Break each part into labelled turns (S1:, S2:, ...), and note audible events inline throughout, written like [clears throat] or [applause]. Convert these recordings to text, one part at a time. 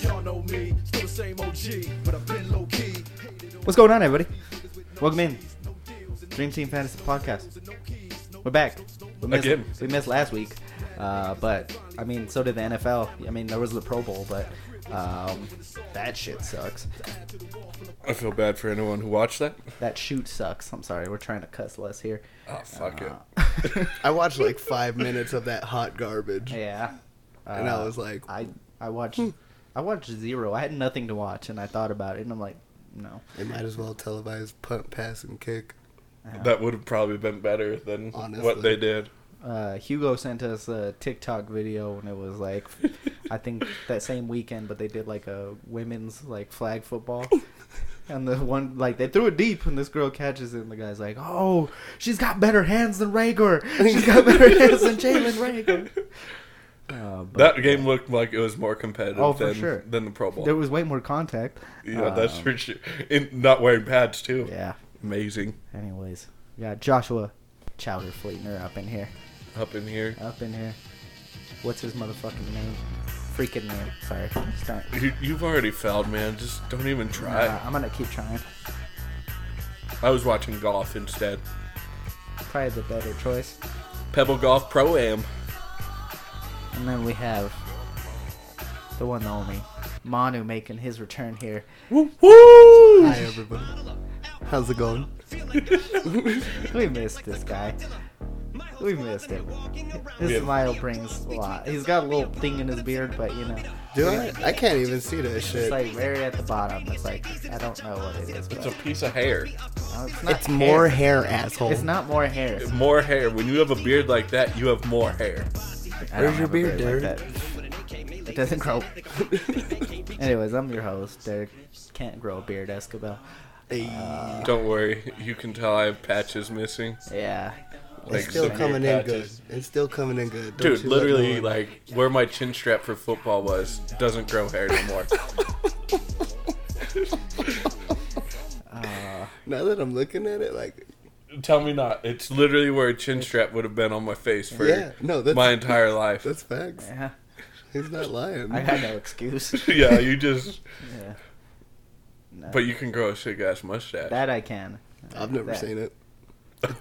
S1: Y'all know me, still the same OG, but I've been low key.
S2: What's going on, everybody? Welcome in. Dream Team Fantasy Podcast. We're back. We missed,
S3: Again.
S2: We missed last week, uh, but I mean, so did the NFL. I mean, there was the Pro Bowl, but um, that shit sucks.
S3: I feel bad for anyone who watched that.
S2: That shoot sucks. I'm sorry. We're trying to cuss less here. Uh,
S3: Oh fuck
S4: [laughs]
S3: it. [laughs]
S4: I watched like five minutes of that hot garbage,
S2: Yeah.
S4: and
S2: Uh,
S4: I was like, "Hmm."
S2: I I watched I watched zero. I had nothing to watch, and I thought about it, and I'm like, no.
S4: they might as well televise punt, pass, and kick.
S3: that would have probably been better than
S4: Honestly.
S3: what they did.
S2: Uh, Hugo sent us a TikTok video, and it was like, I think that same weekend, but they did like a women's like flag football. And the one like they threw it deep, and this girl catches it, and the guy's like, "Oh, she's got better hands than Rager. She's got better hands than Jalen Rager." Uh, but
S3: That game looked like it was more competitive
S2: Oh, for
S3: than,
S2: sure.
S3: than the Pro Bowl.
S2: there was way more contact.
S3: yeah, that's
S2: Um,
S3: for sure. And not wearing pads too.
S2: Yeah.
S3: Amazing.
S2: Anyways, we got Joshua Chowder Fleetner up in here.
S3: Up in here.
S2: Up in here. What's his motherfucking name? Freaking name. Sorry. Start.
S3: You, you've already failed, man. Just don't even try.
S2: Uh, I'm gonna keep trying.
S3: I was watching golf instead.
S2: Probably the better choice.
S3: Pebble Golf Pro Am.
S2: And then we have the one, the only Manu making his return here. [laughs]
S3: Woo!
S4: Hi everybody, how's it going?
S2: We missed this guy. We missed him. His
S3: Yeah.
S2: smile brings a lot. He's got a little thing in his beard, but you know,
S4: Do I? I can't even see that
S2: it's
S4: shit.
S2: like very at the bottom. It's like I don't know what it is. But,
S3: It's a piece of hair.
S2: no, it's, not
S4: It's more
S2: hair.
S4: hair, asshole.
S2: It's
S4: [laughs]
S2: not [laughs] more hair.
S3: More hair. When you have a beard like that, you have more hair.
S2: I
S4: Where's
S2: don't
S4: your
S2: have a
S4: beard,
S2: like that. It doesn't grow. Anyways, I'm your host, Derek. Can't grow a beard, Escobar.
S4: Hey,
S2: uh,
S3: Don't worry. You can tell I have patches missing.
S2: Yeah.
S3: like
S4: it's still
S3: severe
S4: coming in good.
S3: patches.
S4: It's still coming in good. Don't
S3: Dude,
S4: you let
S3: literally,
S4: no one-
S3: like where my chin strap for football was doesn't grow hair
S4: [laughs]
S3: anymore.
S4: now that I'm looking at it, like
S3: Tell me not. It's literally where a chin strap would have been on my face for
S4: Yeah, no, that's-
S3: my entire life.
S4: that's facts.
S2: Yeah.
S4: He's not
S2: [laughs]
S4: lying.
S2: I got no excuse.
S3: [laughs] [laughs] yeah, you just.
S2: Yeah. No.
S3: But you can grow a sick ass mustache. [laughs]
S2: that I can.
S4: [laughs] I've never
S2: That-
S4: seen it.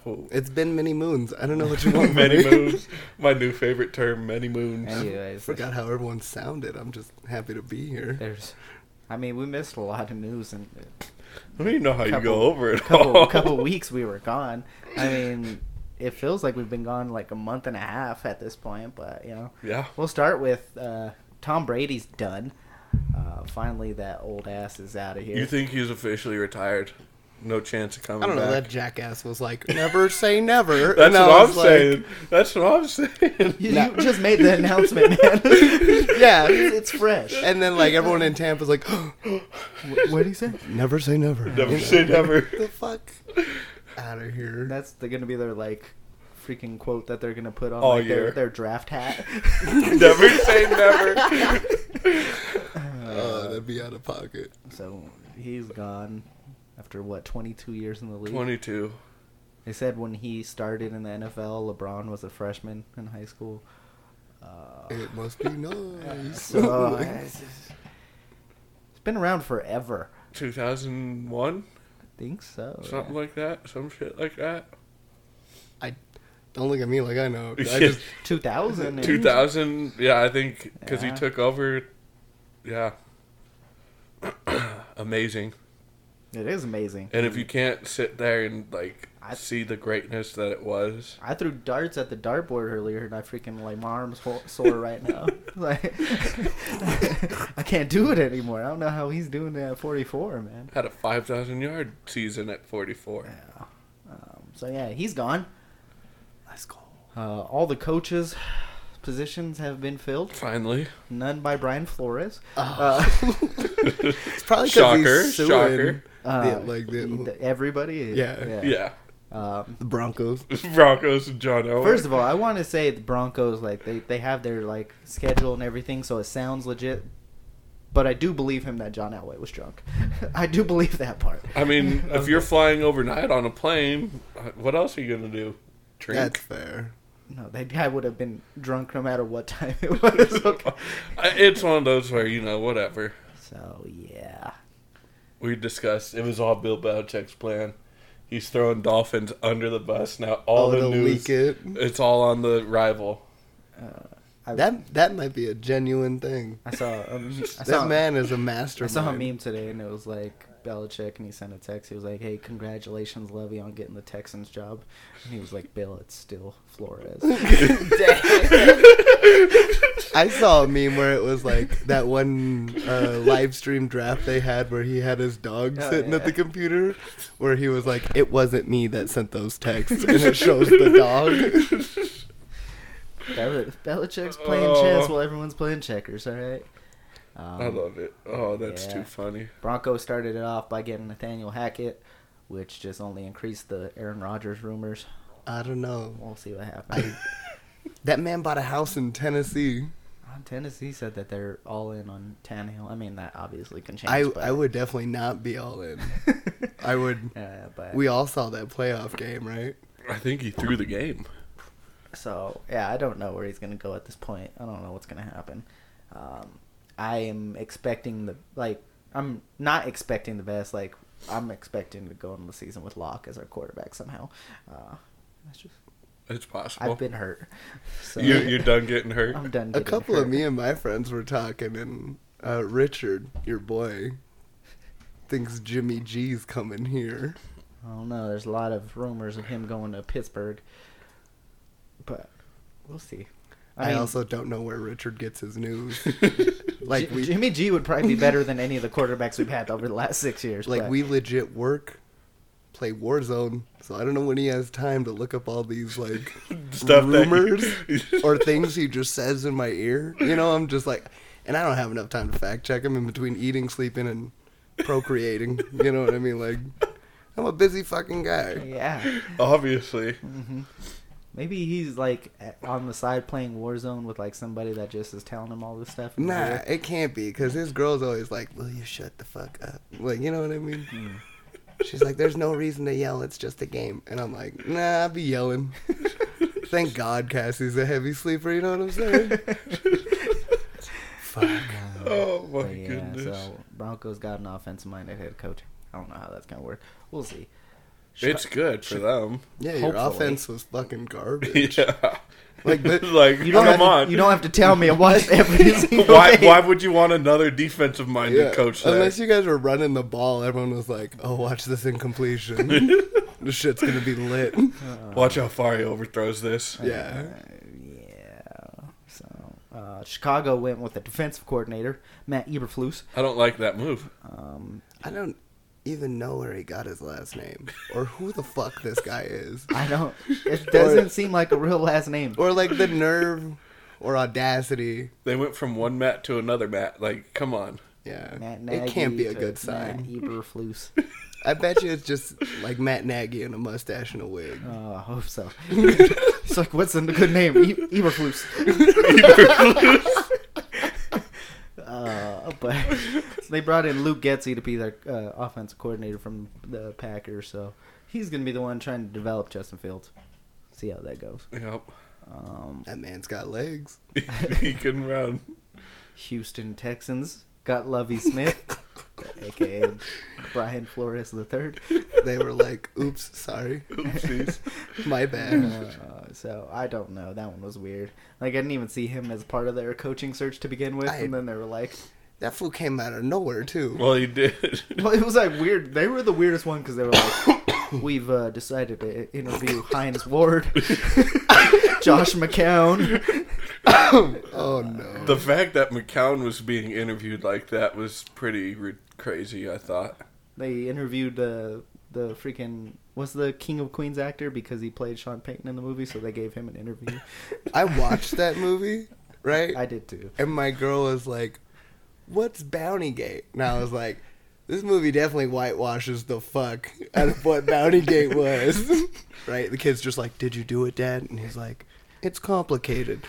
S3: Oh,
S4: It's been many moons. I don't know
S3: [laughs]
S4: what you want.
S3: many
S4: buddy.
S3: moons. My new favorite term, many moons.
S2: Anyways,
S4: [laughs] Forgot how everyone sounded. I'm just happy to be here.
S2: there's. I mean, we missed a lot of news and
S3: [laughs] I don't even know how Oh, you
S2: Couple-
S3: go over it
S2: couple
S3: all. [laughs]
S2: couple weeks we were gone. I mean, it feels like we've been gone like a month and a half at this point, but you know.
S3: Yeah.
S2: We'll start with uh, Tom Brady's done. Uh, finally, that old ass is out of here.
S3: You think he's officially retired? No chance of coming
S4: I don't know.
S3: back.
S4: That jackass was like, "Never say
S3: [laughs]
S4: never."
S3: That's
S4: And I
S3: what I'm
S4: was like,
S3: saying. That's what I'm saying.
S2: you,
S4: No.
S2: you just made the announcement, man.
S3: [laughs]
S4: Yeah.
S2: it's fresh.
S4: And then like everyone in Tampa's like, [gasps]
S2: what did he say?
S4: "Never say never."
S3: Never say never.
S4: the fuck out of here.
S2: That's the, gonna be their like freaking quote that they're gonna put on
S3: All
S2: like, their,
S3: year.
S2: their draft hat.
S3: [laughs] never say never. [laughs]
S4: oh, that'd be out of pocket.
S2: Uh, so he's gone after what 22 years in the league.
S3: 22.
S2: They said when he started in the NFL, LeBron was a freshman in high school. Uh,
S4: It must be nice. [laughs]
S2: so it's, just- it's been around forever.
S3: 2001,
S2: think so.
S3: something like that, some shit like that.
S4: I don't look at me like
S3: [laughs]
S4: I know. I just
S2: 2000. and-
S3: 2000, yeah, I think because
S2: Yeah.
S3: he took over. Yeah, [clears throat] amazing.
S2: It is amazing.
S3: And if you can't sit there and like
S2: Mm. I-
S3: see the greatness that it was,
S2: I threw darts at the dartboard earlier, and I freaking like my arms ho- sore right now. [laughs] like I can't do it anymore. I don't know how he's doing it at 44, man.
S3: had a 5,000 yard season at 44.
S2: Yeah. Um, so yeah, he's gone.
S4: let's go.
S2: Uh, all the coaches' positions have been filled.
S3: Finally,
S2: None by Brian Flores.
S4: Oh.
S2: Uh.
S4: [laughs] It's probably because
S3: shocker,
S4: he's suing
S3: shocker.
S4: the,
S2: [laughs] Uh,
S4: like the,
S2: Everybody. Is,
S4: Yeah.
S3: Yeah,
S2: Um,
S4: the Broncos.
S3: [laughs] Broncos and John
S4: Oh.
S3: Owen.
S2: First of all, I want to say the Broncos like they, they have their like schedule and everything, so it sounds legit. But I do believe him that John Elway was drunk. [laughs] I do believe that part. Um, [laughs]
S3: I mean, if you're flying overnight on a plane, uh, what else are you gonna do?
S4: That's
S3: Drink.
S4: fair.
S2: No, that guy would have
S3: [laughs]
S2: been drunk no matter what time it was. [laughs] Okay.
S3: I- It's one of those where you know, whatever.
S2: So yeah,
S3: We discussed it was all Bill Belichick's plan. He's throwing Dolphins under the bus now. All
S4: Oh,
S3: the
S4: to
S3: news,
S4: leak it.
S3: it's all on the rival.
S2: Uh, I,
S4: That that might be a genuine thing.
S2: I saw a, I saw,
S4: That man is a
S2: I
S4: mastermind.
S2: saw a meme today, and it was like Belichick, and he sent a text. He was like, "Hey, congratulations, Levy, on getting the Texans job," and he was like, "Bill, it's still
S4: [laughs]
S2: Flores."
S4: I saw a meme where it was like that one uh, live stream draft they had where he had his dog
S2: Oh,
S4: sitting at
S2: yeah.
S4: the computer, where he was like, "It wasn't me that sent those texts," and it shows the dog.
S2: [laughs] Bel- Belichick's playing
S3: Oh.
S2: chess while everyone's playing checkers. All right. Um,
S3: I love it. Oh, that's
S2: yeah.
S3: too funny.
S2: Bronco started it off by getting Nathaniel Hackett, which just only increased the Aaron Rodgers rumors.
S4: I don't know.
S2: We'll see what happens.
S4: I, that man bought a house in Tennessee.
S2: [laughs] Tennessee said that they're all in on Tannehill. I mean, that obviously can change.
S4: I
S2: but- [laughs]
S4: I would definitely not be all in. I would.
S2: Uh, but
S4: We all saw that playoff game, right?
S3: I think he threw the game.
S2: so yeah, I don't know where he's gonna go at this point. I don't know what's gonna happen. Um, I am expecting the like. I'm not expecting the best. Like I'm expecting to go into the season with Locke as our quarterback somehow. Uh, that's just
S3: It's possible.
S2: I've been hurt. So
S3: you, you're done getting hurt.
S2: [laughs] I'm done.
S4: A
S2: getting
S4: couple
S2: hurt.
S4: of me and my friends were talking, and uh, Richard, your boy, thinks Jimmy G's coming here.
S2: I don't know. There's a lot of rumors of him going to Pittsburgh, but we'll see.
S4: I,
S2: I, mean,
S4: also don't know where Richard gets
S2: [laughs]
S4: his news.
S2: like
S4: like we,
S2: Jimmy G would probably be better than any of the quarterbacks we've had over the last six years.
S4: like
S2: but-
S4: we legit work, play Warzone. So I don't know when he has time to look up all these like
S3: [laughs] Stuff that you- [laughs]
S4: rumors or things he just says in my ear. You know, I'm just like, and I don't have enough time to fact check him in between eating, sleeping, and procreating. you know what I mean? Like, I'm a busy fucking guy.
S2: yeah, [laughs]
S3: Obviously.
S2: maybe he's like at- on the side playing Warzone with like somebody that just is telling him all this stuff. in his
S4: Nah, [laughs]
S2: ear.
S4: it can't be because his girl's always like, "Will you shut the fuck up?" Like, you know what I mean? She's like, "There's no reason to yell. It's just a game." And I'm like, "Nah, I be yelling." Thank God Cassie's a heavy sleeper. You know what I'm saying?
S2: Oh,
S4: fuck.
S3: Oh my
S2: But yeah,
S3: goodness.
S2: so Broncos got an offensive-minded head coach. I don't know how that's gonna work. We'll see.
S3: it's good for them.
S4: Yeah, your
S2: Hopefully.
S4: offense was fucking garbage.
S3: Yeah.
S4: Like,
S3: [laughs]
S4: but
S3: like
S2: You don't
S3: come
S2: have
S3: on.
S2: To, you don't have to tell me. I [laughs] watched every single
S3: why,
S2: game.
S3: why would you want another defensive minded
S4: yeah,
S3: coach there?
S4: unless you guys were running the ball, everyone was like, "Oh, watch this incompletion. this shit's gonna be lit."
S3: Watch how far he overthrows this.
S4: Yeah.
S2: Yeah. So uh, Chicago went with a defensive coordinator, Matt Eberflus.
S3: I don't like that move.
S2: Um,
S4: I don't even know where he got his last name or who the fuck this guy is.
S2: I don't.
S4: [laughs]
S2: It doesn't seem like a real last name.
S4: Or like the nerve or audacity.
S3: They went from one Matt to another Matt. Like, come on.
S4: Yeah.
S2: Matt
S4: it
S2: Nagy
S4: can't be a
S2: to
S4: good
S2: Matt
S4: sign.
S2: Eberflus.
S4: [laughs] I bet you it's just like Matt Nagy and a mustache and a wig.
S2: Oh, I hope so. [laughs] it's like, what's a good name? E- Eberflus. [laughs] uh, but they brought in Luke Getzey to be their uh, offensive coordinator from the Packers, so he's going to be the one trying to develop Justin Fields. See how that goes.
S3: Yep. [laughs]
S2: Um,
S4: That man's got legs.
S3: he can run.
S2: Houston Texans got Lovey Smith, aka Brian Flores III.
S4: They were like,
S2: [laughs]
S4: oops, sorry.
S3: Oopsies.
S4: My bad.
S2: Uh, so I don't know. That one was weird. Like I didn't even see him as part of their coaching search to begin with,
S4: I-
S2: and then they were like,
S4: That fool came out of nowhere, too.
S3: well, he did. [laughs]
S2: well, it was like weird. They were the weirdest one because they were
S4: [coughs]
S2: like, we've uh, decided to interview Heinz Ward, [laughs] Josh McCown.
S4: Oh, no.
S3: the fact that McCown was being interviewed like that was pretty re- crazy, I thought.
S2: They interviewed the the freaking what's the King of Queens actor because he played Sean Payton in the movie, so they gave him an interview.
S4: I watched that movie, right?
S2: I did too.
S4: And my girl was like, What's Bounty Gate? And I was like, This movie definitely whitewashes the fuck out of what Bounty Gate
S3: [laughs]
S4: was. right? The kid's just like, Did you do it, Dad? And he's like, It's complicated.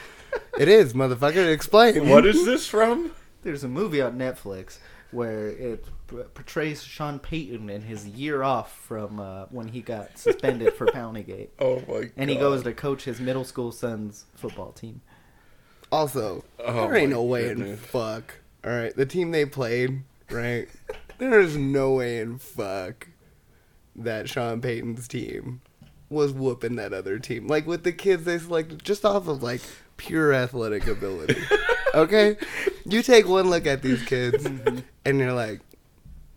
S4: it is, motherfucker. Explain.
S3: What is this from?
S2: There's a movie on Netflix where it p- portrays Sean Payton in his year off from uh, when he got suspended for Poundygate,
S3: Oh my god.
S2: and he goes to coach his middle school son's football team.
S4: Also,
S3: Oh
S4: there ain't
S3: my
S4: no way in
S3: goodness.
S4: fuck. All right, the team they played
S3: [laughs]
S4: right? there is no way in fuck that Sean Payton's team was whooping that other team. Like with the kids they selected just off of like pure
S3: [laughs]
S4: athletic ability. okay? You take one look at these kids
S3: Mm-hmm.
S4: and you're like,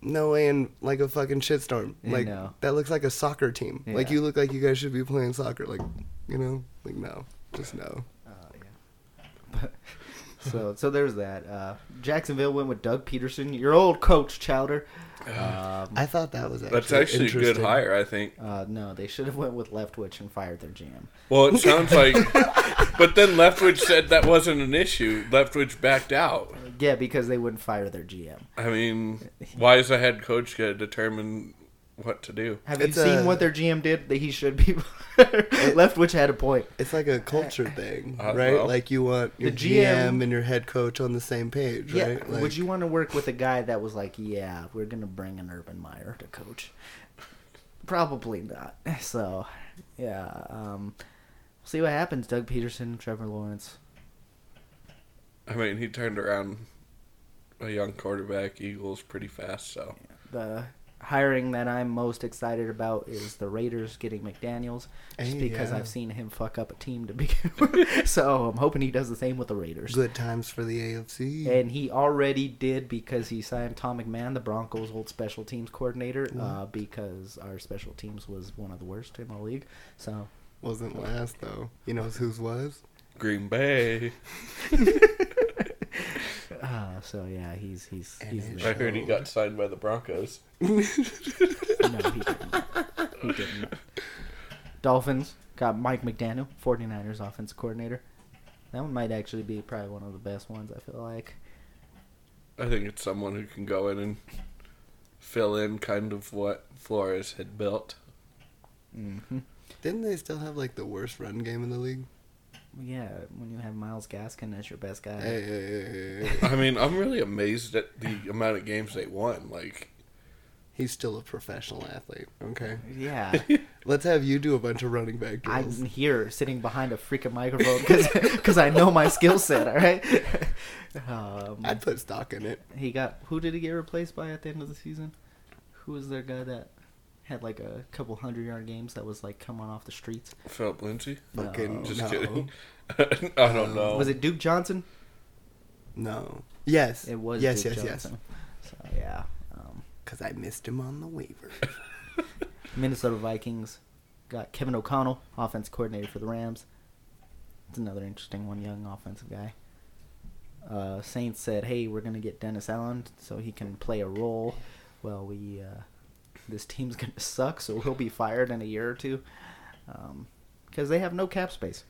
S4: no way in like a fucking shitstorm.
S2: You
S4: Like
S2: know.
S4: that looks like a soccer team. Like
S2: Yeah.
S4: you look like you guys should be playing soccer. Like you know, like no. Just no.
S2: Uh, yeah. But, so so there's that. Uh, Jacksonville went with Doug Peterson, your old coach Chowder. Um,
S4: I thought that was actually
S3: That's actually a good
S4: interesting.
S3: hire, I think.
S2: uh, no, they should have went with Leftwich and fired their GM.
S3: Well, it sounds like. but then Leftwich said that wasn't an issue. Leftwich backed out.
S2: Yeah, because they wouldn't fire their GM.
S3: I mean, why is a head coach going to determine what to do?
S2: Have
S4: It's
S2: you seen
S4: a-
S2: what their GM did? That he should be [laughs] Leftwich had a point.
S4: It's like a
S2: [laughs]
S4: culture thing,
S3: Uh,
S4: right?
S3: well.
S4: like you want your
S2: The
S4: GM,
S2: GM
S4: and your head coach on the same page,
S2: Yeah,
S4: right? Like,
S2: would you want to work with a guy that was like, yeah, we're gonna bring an Urban Meyer to coach? Probably not. So, yeah, um, see what happens. Doug Peterson, Trevor Lawrence.
S3: I mean, he turned around a young quarterback, Eagles, pretty fast, so.
S2: The hiring that I'm most excited about is the Raiders getting McDaniel's, just
S4: Hey,
S2: because
S4: yeah.
S2: I've seen him fuck up a team to begin [laughs] with. so I'm hoping he does the same with the Raiders.
S4: good times for the AFC?
S2: and he already did because he signed Tom McMahon, the Broncos' old special teams coordinator,
S4: Mm-hmm.
S2: uh, because our special teams was one of the worst in the league. So
S4: Wasn't last though. You know whose was?
S3: Green Bay.
S2: Uh, so yeah, he's he's
S4: And
S2: he's
S4: it's-
S3: I [laughs]
S2: there.
S3: heard he got signed by the Broncos.
S2: no, he didn't. He didn't. Dolphins got Mike McDaniel, 49ers offensive coordinator. That one might actually be probably one of the best ones. I feel like.
S3: I think it's someone who can go in and fill in kind of what Flores had built.
S2: hmm
S4: Didn't they still have like the worst run game in the league?
S2: Yeah, when you have Miles Gaskin as your best guy,
S4: Hey, hey, hey, hey, hey.
S3: I mean, I'm really amazed at the amount of games they won. Like,
S4: He's still a professional athlete. Okay, [laughs]
S2: yeah.
S4: let's have you do a bunch of running back drills.
S2: I'm here sitting behind a freaking microphone
S4: [laughs]
S2: because I know my skill set. All right. Um,
S4: I'd put stock in it.
S2: he got who did he get replaced by at the end of the season? Who was their guy that had like a couple hundred yard games that was like coming off the streets?
S3: Philip Lindsay?
S4: Fucking
S3: Just
S4: no.
S3: kidding. [laughs] I don't know.
S2: Was it Duke Johnson?
S4: No. Yes.
S2: It was.
S4: Yes.
S2: Duke
S4: yes. Yes.
S2: Johnson. So yeah, um,
S4: Because I missed him on the waiver.
S2: Minnesota Vikings got Kevin O'Connell, offense coordinator for the Rams. It's another interesting one, young offensive guy. Uh, Saints said, "Hey, we're gonna get Dennis Allen so he can play a role." Well, we uh, this team's [laughs] gonna suck, so he'll be fired in a year or two because they have no cap space,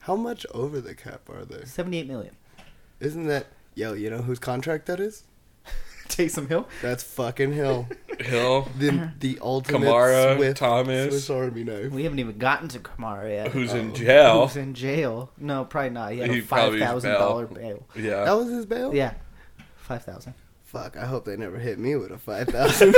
S4: How much over the cap are they?
S2: seventy-eight million. [laughs]
S4: Isn't that yo? You know whose contract that is?
S2: Taysom Hill.
S4: That's
S3: [laughs]
S4: fucking Hill. [laughs]
S3: Hill?
S4: the the ultimate
S3: Kamara,
S4: Swift,
S3: Thomas.
S4: Swiss Army knife.
S2: We haven't even gotten to Kamara yet. Uh,
S3: Who's in
S4: Oh.
S3: jail?
S2: Who's in jail? No, probably not. He had
S3: He
S2: a
S3: probably
S2: five
S3: is
S2: thousand dollar bail.
S3: Yeah.
S4: That was his bail.
S2: Yeah, five thousand.
S4: Fuck. I hope they never hit me with a
S3: [laughs]
S4: five thousand.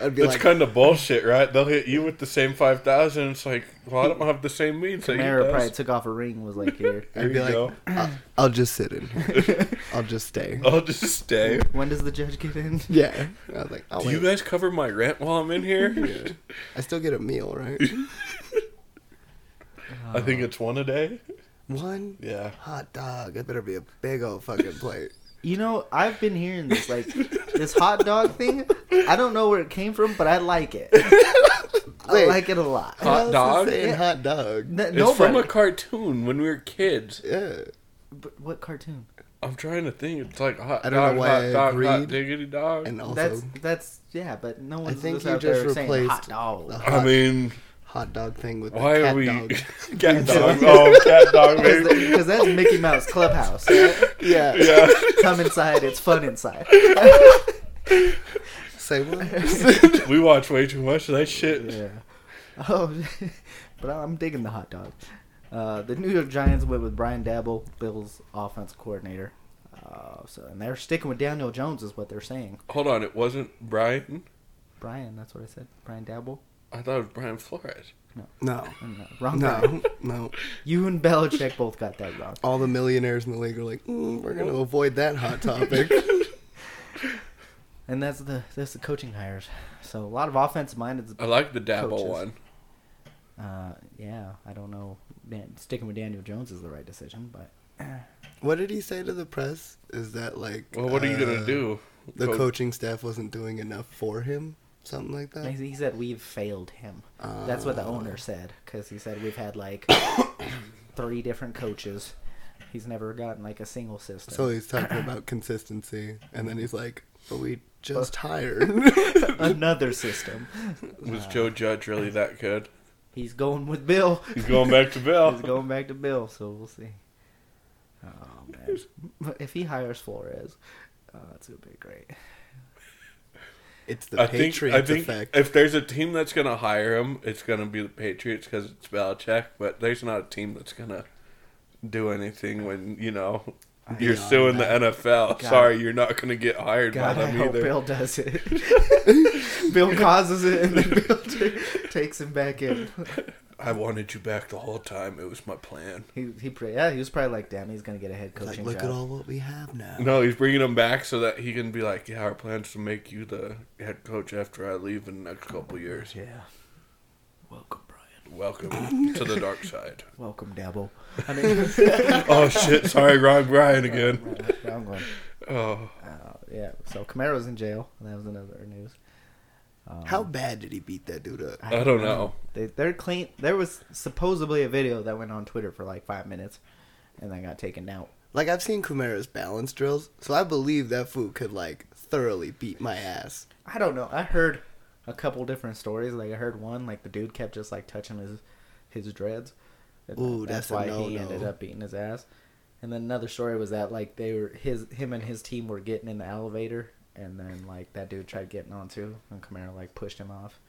S4: I'd be
S3: It's
S4: like,
S3: kind of bullshit, right? They'll hit you with the same five thousand. It's like, well, I don't have the same means. that he
S2: Kamara
S3: does.
S2: probably took off a ring. Was like, here.
S4: [laughs]
S3: There
S4: I'd be
S3: you
S4: like,
S3: go.
S4: I'll, I'll just sit in.
S3: [laughs]
S4: Here. I'll just stay.
S3: I'll just
S4: [laughs]
S3: stay.
S2: when does the judge get in?
S4: Yeah. I was like, I'll
S3: Do you
S4: wait.
S3: guys cover my rent while I'm in here?
S4: [laughs] Yeah. I still get a meal, right?
S3: I think it's one a day.
S4: One
S3: Yeah.
S4: hot dog. That better be a big old fucking plate.
S2: You know, I've been hearing this like this hot dog thing. I don't know where it came from, but I like it. I
S4: Wait.
S2: like it a lot.
S3: Hot
S4: Who else is
S3: dog?
S4: saying
S2: Yeah.
S4: Hot dog.
S2: N-
S3: It's
S2: nobody.
S3: from a cartoon when we were kids.
S4: Yeah.
S2: But what cartoon?
S3: I'm trying to think. It's like hot
S4: I don't know
S3: dog,
S4: why I
S3: hot dog, hot
S4: agreed.
S3: diggity dog.
S4: And also,
S2: that's that's yeah, but no
S4: I
S2: one's
S4: think you
S2: out there
S4: just
S2: saying hot
S4: replaced
S2: dog.
S4: the
S3: I
S4: hot,
S3: mean,
S4: hot dog thing with
S3: why
S4: the cat
S3: are we
S4: dog.
S3: [laughs] cat
S4: [laughs]
S3: dog? Oh, cat dog, baby.
S2: Because that's Mickey Mouse Clubhouse.
S4: yeah.
S3: Yeah.
S2: Come inside, it's fun inside.
S4: Say
S2: [laughs]
S4: what?
S3: We watch way too much of that shit.
S2: Yeah. [laughs] Oh, [laughs] but I'm digging the hot dog. Uh, the New York Giants went with Brian Dabble, Bills offense coordinator. Uh, so and they're sticking with Daniel Jones is what they're saying.
S3: Hold on, it wasn't Brian.
S2: Brian, that's what I said. Brian Dabble.
S3: I thought it was Brian Flores.
S4: no.
S2: No, wrong. Brian.
S4: No, no.
S2: [laughs] You and Belichick both got that wrong.
S3: [laughs]
S4: All the millionaires in the league are like, mm, we're going to avoid that hot topic.
S2: And that's the that's the coaching hires. So a lot of offensive minded.
S3: I like the Dabo
S2: Coaches.
S3: one.
S2: Uh, yeah, I don't know. Dan, sticking with Daniel Jones is the right decision, but
S4: What did he say to the press? Is that like?
S3: Well, what are you
S4: uh,
S3: gonna do?
S4: The
S3: Coach-
S4: coaching staff wasn't doing enough for him. Something like that.
S2: he said we've failed him. That's what the
S3: Ah.
S2: owner said because he said we've had
S3: [coughs]
S2: like three different coaches. He's never gotten like a single system.
S4: So he's talking about consistency, and then he's like, "But we just
S2: [laughs]
S4: hired."
S2: Another system.
S3: Was Joe Judge really that good?
S2: He's going with Bill.
S3: He's going back to
S2: He's
S3: Bill.
S2: going back to Bill, so we'll see. Oh man! But if he hires Flores, oh, that's gonna be great.
S4: It's the
S3: I think
S4: Patriots
S3: I think
S4: effect.
S3: if there's a team that's gonna hire him, it's gonna be the Patriots because it's Belichick. But there's not a team that's gonna do anything when you know you're
S4: know
S3: suing the
S4: that.
S3: NFL.
S2: God.
S3: Sorry, you're not gonna get hired
S2: God,
S3: by
S2: I
S3: them
S2: hope
S3: either.
S2: Bill does it.
S3: [laughs]
S2: Bill causes it, and then Bill [laughs] ta- takes him back in.
S3: I wanted you back the whole time. It was my plan.
S2: He he, pr- yeah, he was probably like, "Damn, he's gonna get a head
S4: like,
S2: coaching
S4: look
S2: job."
S4: at all what we have now.
S3: No, he's bringing him back so that he can be like, yeah, our plan's to make you the head coach after I leave in the next couple years.
S2: Yeah. Welcome, Brian.
S3: Welcome to the dark side.
S2: Welcome, Dabble. I [laughs] mean,
S3: Oh shit! Sorry, wrong Brian again.
S2: wrong one.
S3: Oh,
S2: Uh, yeah. So Camaro's in jail. and That was another news. Um,
S4: How bad did he beat that dude up?
S3: I don't know.
S2: They, they're clean. There was supposedly a video that went on Twitter for like five minutes, and then got taken out.
S4: Like I've seen Kumara's balance drills, so I believe that fool could like thoroughly beat my ass.
S2: I don't know. I heard a couple different stories. Like I heard one, like the dude kept just like touching his his dreads. And
S4: Ooh, that's a
S2: why he
S4: no-no.
S2: ended up beating his ass. And then another story was that like they were his him and his team were getting in the elevator, and then like that dude tried getting on too, and Camaro like pushed him off,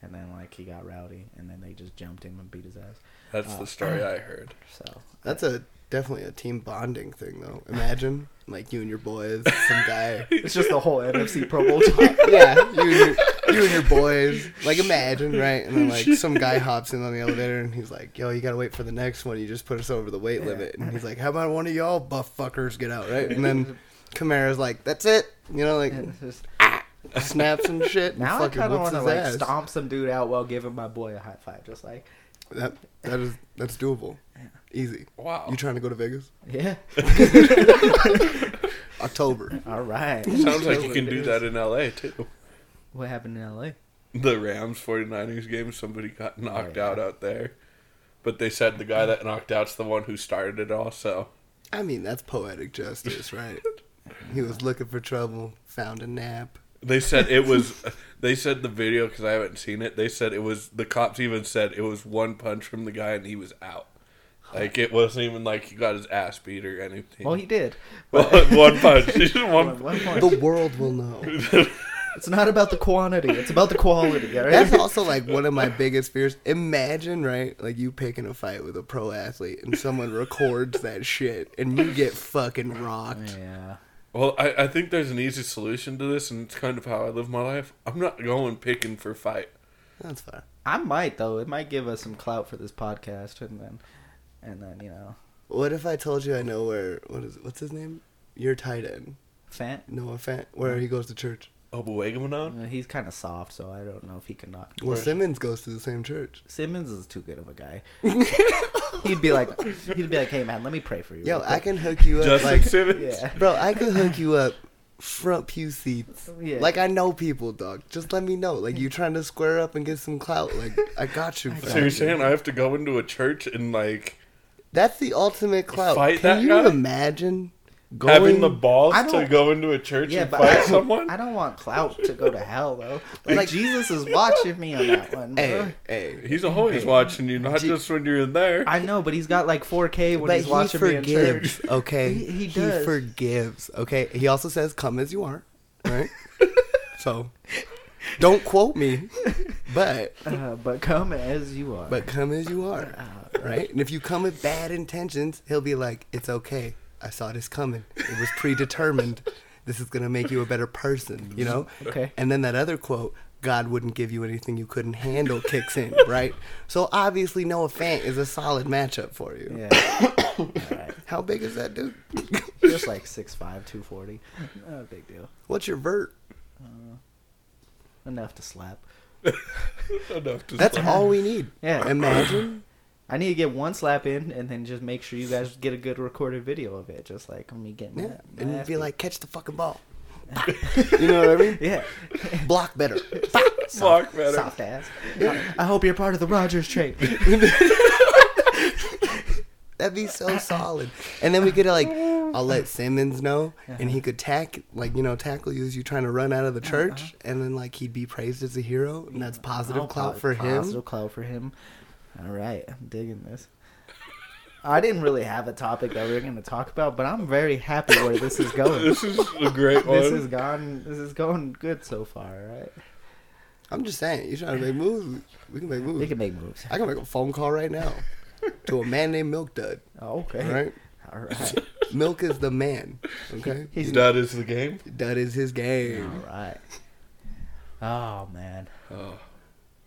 S2: and then like he got rowdy, and then they just jumped him and beat his ass.
S3: that's the story I heard.
S2: So
S4: That's a definitely a team bonding thing though. Imagine like you and your boys, some
S2: [laughs]
S4: guy.
S2: it's just the whole NFC Pro Bowl
S4: [laughs]
S2: talk. [laughs]
S4: yeah, you and, your, you and your boys. Like imagine, right? And then like some guy hops in on the elevator and he's like, "Yo, you gotta wait for the next one. You just put us over the weight limit." And he's like, "How about one of y'all buff fuckers get out, right?"
S2: [laughs]
S4: And then Kamara's like, "That's it," you know, like
S2: It's just-
S4: snaps and shit. And
S2: now I
S4: fucking
S2: kind of
S4: whoops
S2: want to
S4: his
S2: like
S4: ass.
S2: stomp some dude out while giving my boy a high five, just like
S4: That that is that's doable, easy.
S3: Wow.
S4: You trying to go to Vegas?
S2: yeah,
S4: October.
S2: all right.
S3: Sounds like you can do that in LA too.
S2: What happened in L.A.?
S3: The Rams 49ers game, somebody got knocked
S2: yeah.
S3: out out there. But they said the guy that knocked out's the one who started it all, so
S4: I mean, that's poetic justice, right? he was looking for trouble, found a nap.
S3: They said it was.
S2: [laughs]
S3: They said the video because I haven't seen it. They said it was. The cops even said it was one punch from the guy and he was out. Like it wasn't even like he got his ass beat or anything.
S2: Well, he did.
S3: [laughs] one punch.
S2: [laughs]
S3: Just
S2: One-
S3: [laughs] one.
S2: one point.
S4: The world will know.
S2: [laughs] It's not about the quantity; it's about the quality. All right.
S4: That's also like one of my biggest fears. Imagine, right? Like you picking a fight with a pro athlete and someone records that shit and you get fucking rocked.
S2: Yeah.
S3: Well, I, I think there's an easy solution to this, and it's kind of how I live my life. I'm not going picking for fight.
S4: That's fine.
S2: I might though. It might give us some clout for this podcast, and then, and then you know,
S4: What if I told you I know where what is what's his name? Your tight end.
S2: Fant.
S4: Noah Fant. Where he goes to church.
S3: Obawagamonon?
S2: uh, He's kind of soft, so I don't know if he can knock.
S4: Well Simmons goes to the same church.
S2: Simmons is too good of a
S3: [laughs]
S2: guy. he'd be like, he'd be like, "Hey man, let me pray for you."
S4: Yo,
S2: real
S4: I
S2: quick."
S4: can hook you up
S3: Justin
S4: like
S3: Simmons.
S2: Yeah.
S4: Bro, I could hook you up front pew seats.
S2: Yeah.
S4: Like I know people, dog. Just let me know. Like you trying to square up and get some clout. Like I got you.
S3: So
S4: fam.
S3: you're saying I have to go into a church and like
S4: That's the ultimate clout.
S3: Fight
S4: Can
S3: that
S4: you
S3: guy?
S4: imagine going?
S3: having the balls
S2: I
S3: to
S2: don't-
S3: go into a church
S2: Yeah,
S3: and
S2: but
S3: fight
S2: I,
S3: someone?
S2: I don't want clout to go to hell
S3: [laughs]
S2: though. Like,
S4: Like-
S2: Jesus is watching me on that one. bro.
S4: Hey, hey.
S3: He's always watching you, not
S4: Gee-
S3: just when you're in there.
S2: I know, but he's got like 4K when
S4: But
S2: he's
S4: he
S2: watching me in church.
S4: forgives, [laughs] okay?
S2: He- he does.
S4: forgives, okay? He also says, "Come as you are,"
S2: [laughs]
S4: right? so, don't quote me, but
S2: Uh, but come as you are.
S4: but come as you are, right? And if you come with bad intentions, he'll be like, "It's okay. I saw this coming. It was predetermined. this is gonna make you a better person," you know?
S2: Okay.
S4: And then that other quote, "God wouldn't give you anything you couldn't handle,"
S2: [laughs]
S4: kicks in, right? So obviously, Noah Fant is a solid matchup for you.
S2: yeah,
S4: How big is that dude?
S2: just like 6'5", 240. Not a big deal.
S4: What's your vert?
S2: Enough to slap.
S3: Enough to
S4: That's
S3: stop.
S4: all we need.
S2: Yeah.
S4: Imagine.
S2: I need to get one slap in and then just make sure you guys get a good recorded video of it. Just like me getting
S4: Yeah.
S2: that.
S4: And you'd be
S2: nasty.
S4: like, catch the
S2: [laughs]
S4: fucking ball. you know what I mean?
S2: yeah.
S4: Block better.
S3: Fuck, man.
S2: Soft ass. I, I hope you're part of the Rogers trade.
S4: That'd be so solid. And then we could like, I'll let Simmons know, and he could tack like you know tackle you as you trying to run out of
S2: Uh-huh.
S4: the church, and then like he'd be praised as a hero, and that's positive
S2: Oh,
S4: clout
S2: po-
S4: for him.
S2: Positive clout for him. All right, I'm digging this. I didn't really have a topic that we were going to talk about, but I'm very happy where this is
S4: [laughs]
S2: going.
S3: This is a great one.
S2: this is gone. This is going good so far, right?
S4: I'm just saying, you trying to make moves? We can make moves.
S2: We can make moves.
S4: I can make a phone call
S2: [laughs]
S4: right now to a man named Milk Dud.
S2: Oh, okay.
S4: All right,
S2: All right.
S4: Milk is the man. Okay,
S2: [laughs] He's
S3: that is the game.
S4: Dud is his game.
S2: all right. Oh man,
S3: Oh.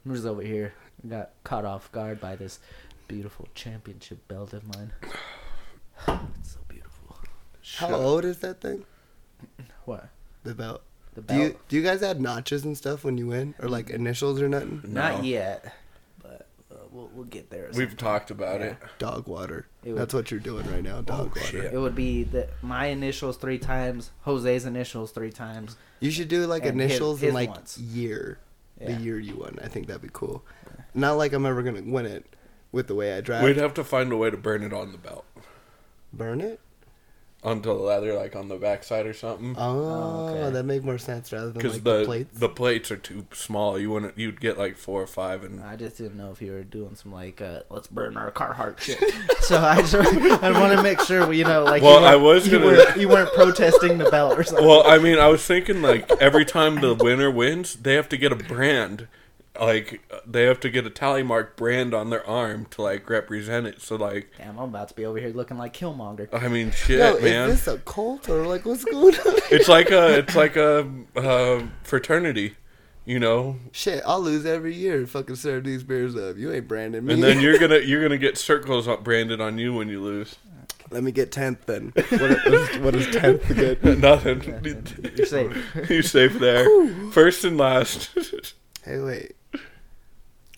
S2: I'm just over here. I got caught off guard by this beautiful championship belt of mine. [sighs] It's so beautiful.
S4: How old is that thing?
S2: What?
S4: The belt.
S2: The
S4: Do
S2: belt?
S4: you do you guys add notches and stuff when you win, or like initials or nothing?
S3: No.
S2: Not yet, but uh, we'll we'll get there. at some
S3: We've talked about it.
S4: Dog water.
S2: It would- Oh,
S4: That's what you're doing right now. Dog water.
S3: shit.
S2: It would be the, my initials three times, Jose's initials three times.
S4: You should do like
S2: And his-
S4: initials
S2: his
S4: and like
S2: wants.
S4: year,
S2: Yeah.
S4: the year you won. I think that'd be cool. Not like I'm ever gonna win it with the way I drive.
S3: We'd have to find a way to burn it on the belt.
S4: Burn it.
S3: Onto the leather, like on the backside or something.
S4: Oh,
S2: okay.
S4: that make more sense rather than
S3: Because
S4: like the,
S3: the,
S4: plates.
S3: the plates are too small. You wouldn't. You'd get like four or five, and [laughs]
S2: I just didn't know if you were doing some like uh, let's burn our Carhartt
S3: [laughs]
S2: shit. so I just, I want to make sure you know like. you
S3: Well, I
S2: weren't-
S3: was
S2: you
S3: gonna-
S2: weren't, you weren't protesting the belt or something.
S3: Well, I mean, I was thinking like every time the winner wins, they have to get a brand, like they have to get a tally mark brand on their arm to like represent it. So like,
S2: Damn, I'm about to be over here looking like Killmonger.
S3: I mean, shit,
S4: Yo,
S3: man,
S4: is this a cult or like what's going on? [laughs]
S3: it's like a it's like a uh, fraternity, you know.
S4: Shit, I'll lose every year. Fucking serve these beers up. You ain't branding me.
S3: And then you're gonna you're gonna get circles up branded on you when you lose.
S4: [laughs] Let me get
S3: [laughs]
S4: tenth then. What is, what is tenth again?
S3: Nothing.
S2: You're safe.
S3: you safe there, first and last. [laughs]
S4: Hey, wait.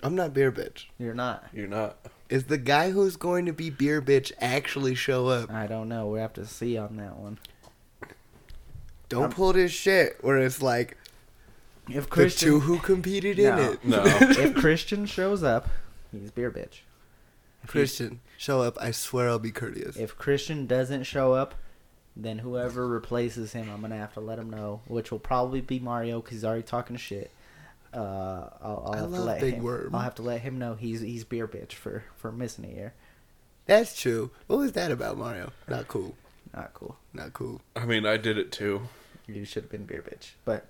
S4: I'm not beer bitch.
S2: You're not.
S3: you're not.
S4: Is the guy who's going to be beer bitch actually show up?
S2: I don't know. We have to see on that one.
S4: Don't pull this shit where it's like
S2: If
S4: the two
S2: Christian,
S4: who competed
S2: No.
S4: in it.
S3: No.
S2: if Christian shows up, he's beer bitch.
S4: [laughs] Christian, show up. I swear I'll be courteous.
S2: If Christian doesn't show up, then whoever replaces him, I'm gonna have to let him know, which will probably be Mario because he's already talking shit. Uh, I'll, I'll
S4: I
S2: have to
S4: love
S2: let
S4: Big
S2: him,
S4: Worm.
S2: I'll have to let him know he's he's beer bitch for for missing a year.
S4: That's true. What was that about Mario? Not cool.
S2: Not cool.
S4: Not cool.
S3: I mean, I did it too.
S2: You should have been beer bitch, but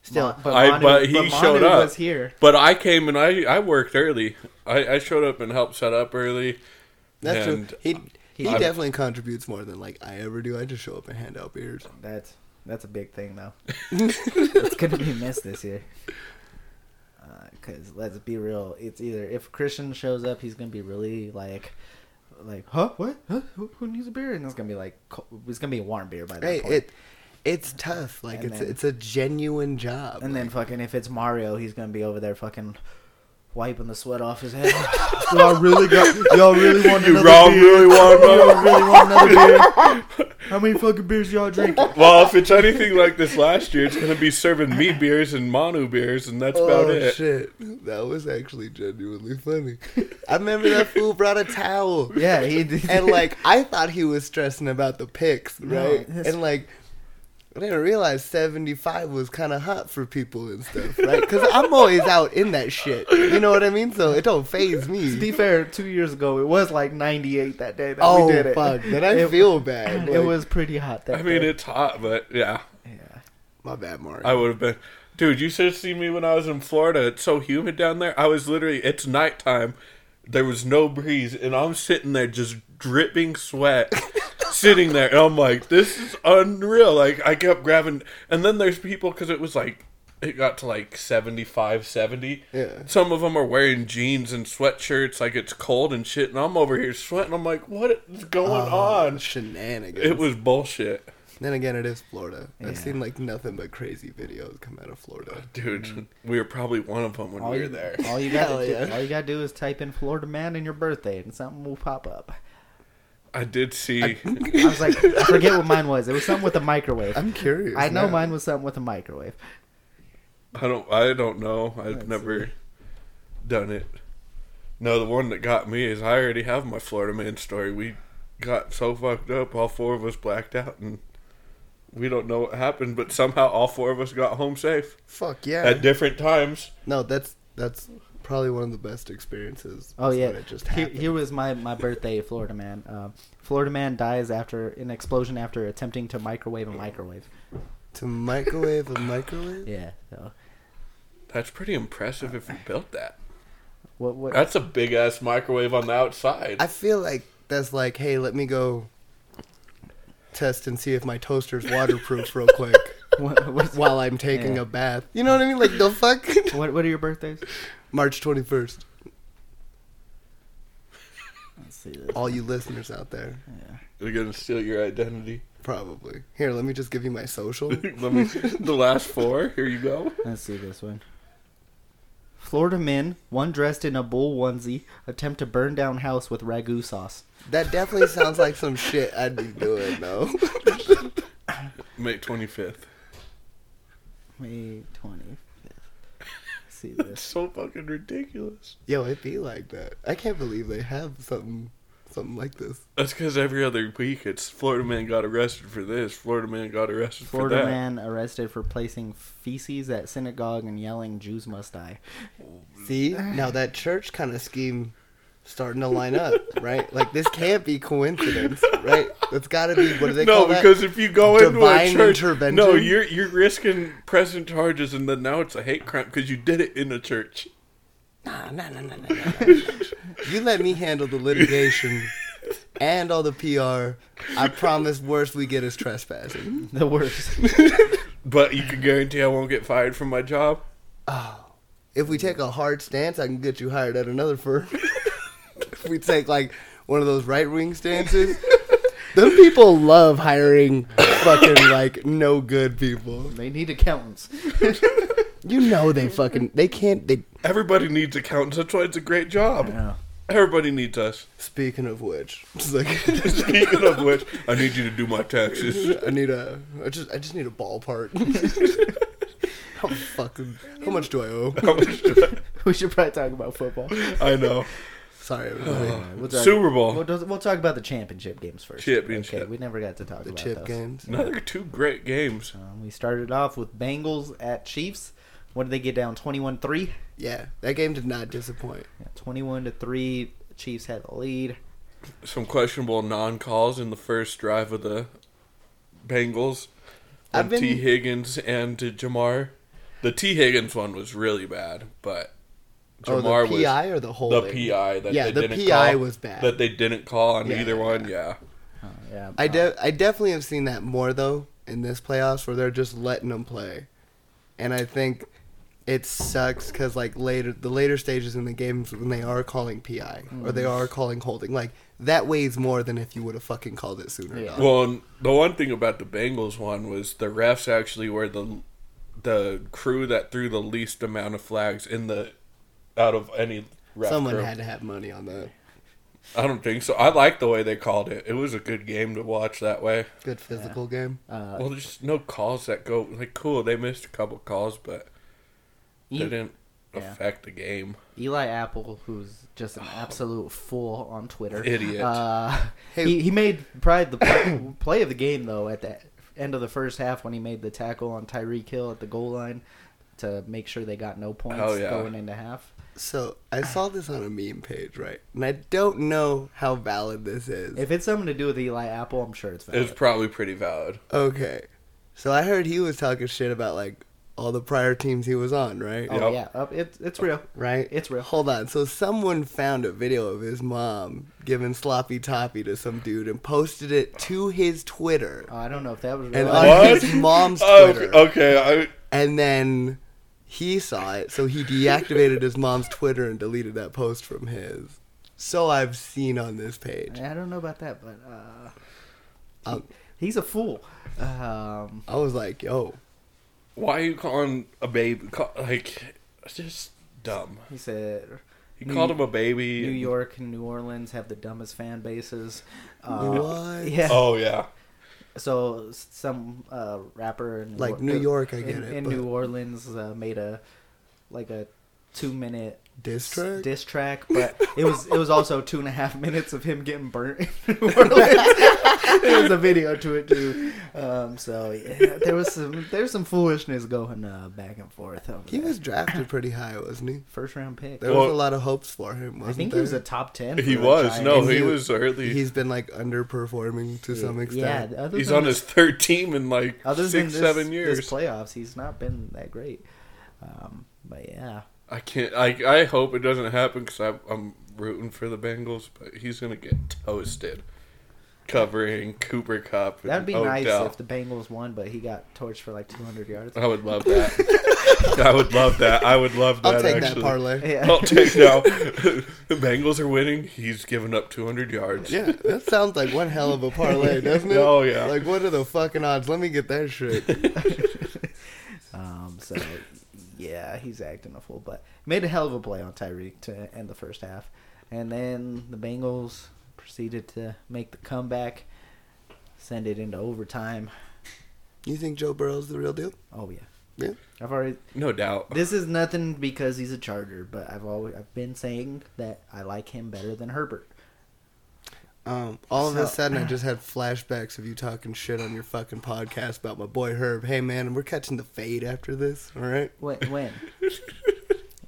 S2: still, but,
S3: I-
S2: Manu,
S3: but he showed
S2: Manu
S3: up.
S2: Was here.
S3: But I came and I, I worked early. I, I showed up and helped set up early.
S4: That's
S3: and
S4: true. He he
S3: I'm-
S4: definitely contributes more than like I ever do. I just show up and hand out beers.
S2: That's that's a big thing [laughs] though. it's gonna be missed this year. Because let's be real, it's either if Christian shows up, he's gonna be really like, like, huh, what, huh? Who, who needs a beer? And it's gonna be like, co- it's gonna be a warm beer by that
S4: Hey,
S2: point.
S4: it it's tough. Like
S2: And
S4: it's
S2: then-
S4: it's a genuine job.
S2: and
S4: like,
S2: then fucking if it's Mario, he's gonna be over there fucking wiping the sweat off his head. [laughs] y'all really got, y'all really want
S3: You
S2: another
S3: all
S2: beer?
S3: really want
S2: Y'all
S3: to
S2: really want another beer? How many fucking beers y'all drinking?
S3: [laughs] Well, if it's anything like this last year, it's going to be serving me beers and Manu beers, and that's about
S4: oh
S3: it.
S4: shit, that was actually genuinely funny. I remember that fool brought a towel.
S2: Yeah, he did.
S4: and like I thought he was stressing about the picks,
S2: No,
S4: right?
S2: it's-
S4: and like I didn't realize seventy five was kind of hot for people and stuff, right? Because I'm always out in that shit. You know what I mean? So it don't phase
S2: To be
S4: me.
S2: fair, two years ago it was like 98 that day that
S4: Oh
S2: we did it.
S4: fuck! Then I
S2: It-
S4: feel bad.
S2: It
S4: Like,
S2: was pretty hot that
S3: I mean,
S2: day.
S3: it's hot, but yeah,
S2: yeah.
S4: my bad, Mark.
S3: I would have been. Dude, you should have seen me when I was in Florida. It's so humid down there. I was literally, it's nighttime. There was no breeze, and I'm sitting there just dripping sweat, sitting there. And I'm like, this is unreal. Like, I kept grabbing, and then there's people, because it was like, it got to like 75, 70.
S4: Yeah.
S3: Some of them are wearing jeans and sweatshirts, like it's cold and shit. And I'm over here sweating. I'm like, what is going
S4: Oh,
S3: on?
S4: shenanigans.
S3: It was bullshit.
S4: Then again, it is Florida. I've
S2: Yeah.
S4: seen like nothing but crazy videos come out of Florida.
S3: Dude, we were probably one of them when we were
S2: you,
S3: there.
S2: all you gotta
S4: Hell
S2: do,
S4: yeah.
S2: all you gotta do is type in Florida man and your birthday, and something will pop up.
S3: I did see.
S2: I was like, I forget what mine was. It was something with a microwave.
S4: I'm curious.
S2: I know
S4: now.
S2: mine was something with a microwave.
S3: [laughs] I don't. I don't know. I've
S2: Let's
S3: never done it. No, the one that got me is I already have my Florida man story. We got so fucked up, all four of us blacked out, and we don't know what happened. But somehow, all four of us got home safe
S4: Fuck yeah.
S3: at different times.
S4: no, that's that's probably one of the best experiences.
S2: Oh
S4: is
S2: yeah,
S4: when it just
S2: here,
S4: happened.
S2: here was my my birthday. Florida man, uh, Florida man dies after an explosion after attempting to microwave a microwave.
S4: to microwave a microwave.
S2: Yeah. So,
S3: That's pretty impressive if you built that.
S2: what what?
S3: That's a big ass microwave on the outside.
S4: I feel like that's like, hey, let me go test and see if my toaster's waterproof real quick
S2: [laughs] what, what's-
S4: while I'm taking
S2: Yeah.
S4: a bath. You know what I mean? Like the fuck. [laughs]
S2: what what are your birthdays?
S4: March 21st.
S2: Let's see this.
S4: All you listeners out there,
S3: They're gonna steal your identity. [laughs]
S4: probably. Here, let me just give you my social.
S3: Let me. The last four. Here you go.
S2: Let's see this one. Florida men, one dressed in a bull onesie, attempt to burn down house with ragu sauce.
S4: That definitely sounds like some shit I'd be doing, though. [laughs]
S3: May twenty fifth.
S2: May twenty [laughs] fifth. See
S3: [laughs] It's
S2: this.
S3: so fucking ridiculous.
S4: Yo, it be like that. I can't believe they have something, something like this.
S3: That's because every other week it's Florida man got arrested for this, Florida man got arrested
S2: Florida
S3: for that.
S2: man arrested for placing feces at synagogue and yelling Jews must die.
S4: See, now that church kind of scheme starting to
S3: [laughs]
S4: line up, right? Like this can't be coincidence, right? That's got to be what do
S3: [laughs]
S4: they
S3: No,
S4: call that?
S3: because if you go into a
S4: Divine
S3: church,
S4: intervention?
S3: no, you're you're risking present charges, and then now it's a hate crime because you did it in a
S4: [laughs]
S3: church.
S4: [laughs] Nah, nah, nah, nah, nah, nah, nah. you let me handle
S3: [laughs]
S4: the litigation and all the PR. I promise, worst we get is trespassing.
S2: The
S3: [laughs]
S2: worst.
S3: But you can guarantee I won't get fired from my job.
S4: Oh, if we take a hard stance, I can get you hired at another firm. [laughs] if we take like one of those right wing [laughs] stances. Them people love hiring fucking like no good people.
S2: they need accountants.
S4: You know they fucking they can't they
S3: Everybody needs accountants. That's why it's a great job.
S2: Yeah.
S3: Everybody needs us. [laughs]
S4: Speaking of which, it's like
S3: Speaking of which, I need you to do my taxes. [laughs]
S4: I need a I just I just need a [laughs] ballpark. how fucking how much do I owe?
S3: How much do
S2: [laughs] We should probably talk about football.
S3: I, I know.
S4: Sorry everybody.
S2: We'll talk,
S3: Super Bowl.
S2: We'll, do- we'll talk about the championship games first.
S3: Championship.
S2: Okay, we never got to talk
S4: The
S2: about
S4: chip
S2: those.
S4: games.
S3: No, they're two great games.
S2: Um, we started off with Bengals at Chiefs. What did they get down? 21 3?
S4: Yeah, that game did not disappoint.
S2: 21 to 3. Chiefs had the lead.
S3: some questionable non calls in the first drive of the Bengals.
S4: I've
S3: From T.
S4: been-
S3: Higgins and to Jamar. The T. Higgins one was really bad, but Jamar
S4: oh, the PI or the whole
S3: was the PI that
S4: Yeah,
S3: they
S4: the
S3: didn't
S4: PI
S3: call-
S4: was bad.
S3: That they didn't call on
S4: Yeah.
S3: either one, yeah.
S2: Oh, yeah.
S4: I
S2: uh,
S4: de- I definitely have seen that more though in this playoffs where they're just letting them play, and I think it sucks because like later the later stages in the games when they are calling PI or
S2: Mm.
S4: they are calling holding like that weighs more than if you would have fucking called it sooner.
S2: Yeah.
S4: dog.
S3: Well, and the one thing about the Bengals one was the refs actually were the the crew that threw the least amount of flags in the out of any ref
S4: Someone
S3: crew.
S4: had to have money on that.
S3: I don't think so. I like the way they called it. It was a good game to watch that way.
S4: Good physical game.
S2: Uh,
S3: Well, there's no calls that go like cool. They missed a couple calls, but they
S2: E-
S3: didn't
S2: yeah.
S3: affect the game.
S2: Eli Apple, who's just an absolute fool on Twitter.
S3: Idiot.
S2: Uh,
S4: Hey-
S2: he, he made probably the [coughs] play of the game, though, at the end of the first half when he made the tackle on Tyreek Hill at the goal line to make sure they got no points
S3: Oh, yeah.
S2: going into half.
S4: So I saw this on a meme page, right? And I don't know how valid this is.
S2: If it's something to do with Eli Apple, I'm sure it's
S3: It
S2: valid.
S3: was probably pretty valid.
S4: Okay, so I heard he was talking shit about like all the prior teams he was on, right?
S2: oh,
S3: Yep.
S2: yeah. Uh, it, it's real.
S4: right?
S2: It's real.
S4: Hold on. So someone found a video of his mom giving sloppy toppy to some dude and posted it to his Twitter
S2: Uh, I don't know if that was real.
S4: and
S2: I-
S3: [laughs]
S4: on his mom's
S3: Oh,
S4: Twitter.
S3: okay, I,
S4: And then he saw it, so he deactivated his mom's Twitter and deleted that post from his. So I've seen on this page.
S2: I don't know about that, but uh,
S4: Um,
S2: he's a fool. Um,
S4: I was like, yo,
S3: Why are you calling a baby? Call, like, it's just dumb.
S2: he said
S3: He
S2: New-
S3: called him a baby.
S2: New
S3: and-
S2: York and New Orleans have the dumbest fan bases. Uh,
S4: What?
S2: Yeah.
S3: Oh yeah.
S2: So s- some uh, rapper in
S4: Like, New York, I get
S2: in,
S4: it,
S2: In
S4: but-
S2: New Orleans, uh, made a like a two minute
S4: diss track?
S2: diss track, but it was it was also two and a half minutes of him getting burnt. in New Orleans. [laughs] There was a video to it too. Um, so yeah, there was some there's some foolishness going uh, back and forth. Over
S4: he
S2: there.
S4: was drafted pretty high, wasn't he?
S2: first round pick.
S4: There was
S3: Well-
S4: a lot of hopes for him, wasn't
S2: I think he
S4: there?
S2: was a top ten.
S3: He
S2: for a
S3: was.
S2: Giant.
S3: No,
S4: And
S3: Oh, he,
S4: he-
S3: was early.
S4: He's been like underperforming to some
S2: Yeah,
S4: extent.
S2: other
S3: He's
S2: than
S3: on his third team in like
S2: other than
S3: six,
S2: this,
S3: seven
S2: this
S3: years.
S2: playoffs, he's not been that great. Um, but yeah,
S3: I can't. I I hope it doesn't happen because I'm, I'm rooting for the Bengals, but he's gonna get toasted, covering Cooper Cup. and
S2: that'd be nice
S3: Odell.
S2: if the Bengals won, but he got torched for like 200 yards.
S3: I would love that. I would love that. I would love that.
S4: I'll take
S3: actually.
S4: that parlay.
S2: [laughs] Yeah.
S3: [laughs] I'll take now. [laughs] the Bengals are winning. He's given up 200 yards.
S4: Yeah, that sounds like one hell of
S3: [laughs]
S4: a parlay, doesn't it?
S3: Oh, yeah.
S4: Like what are the fucking odds? Let me get
S3: [laughs]
S4: that shit.
S2: Um, so yeah, he's acting a fool, but made a hell of a play on Tyreek to end the first half, and then the Bengals proceeded to make the comeback, send it into overtime.
S4: You think Joe Burrow's the real deal?
S2: Oh yeah,
S4: Yeah.
S2: I've already.
S3: No doubt.
S2: This is nothing because he's a Charger, but I've always I've been saying that I like him better than Herbert.
S4: Um, all of a
S2: So-
S4: sudden, I
S3: [sighs]
S4: just had flashbacks of you talking shit on your fucking podcast about my boy Herb. Hey man, we're catching the fade after this, all right? [laughs]
S2: When when
S4: It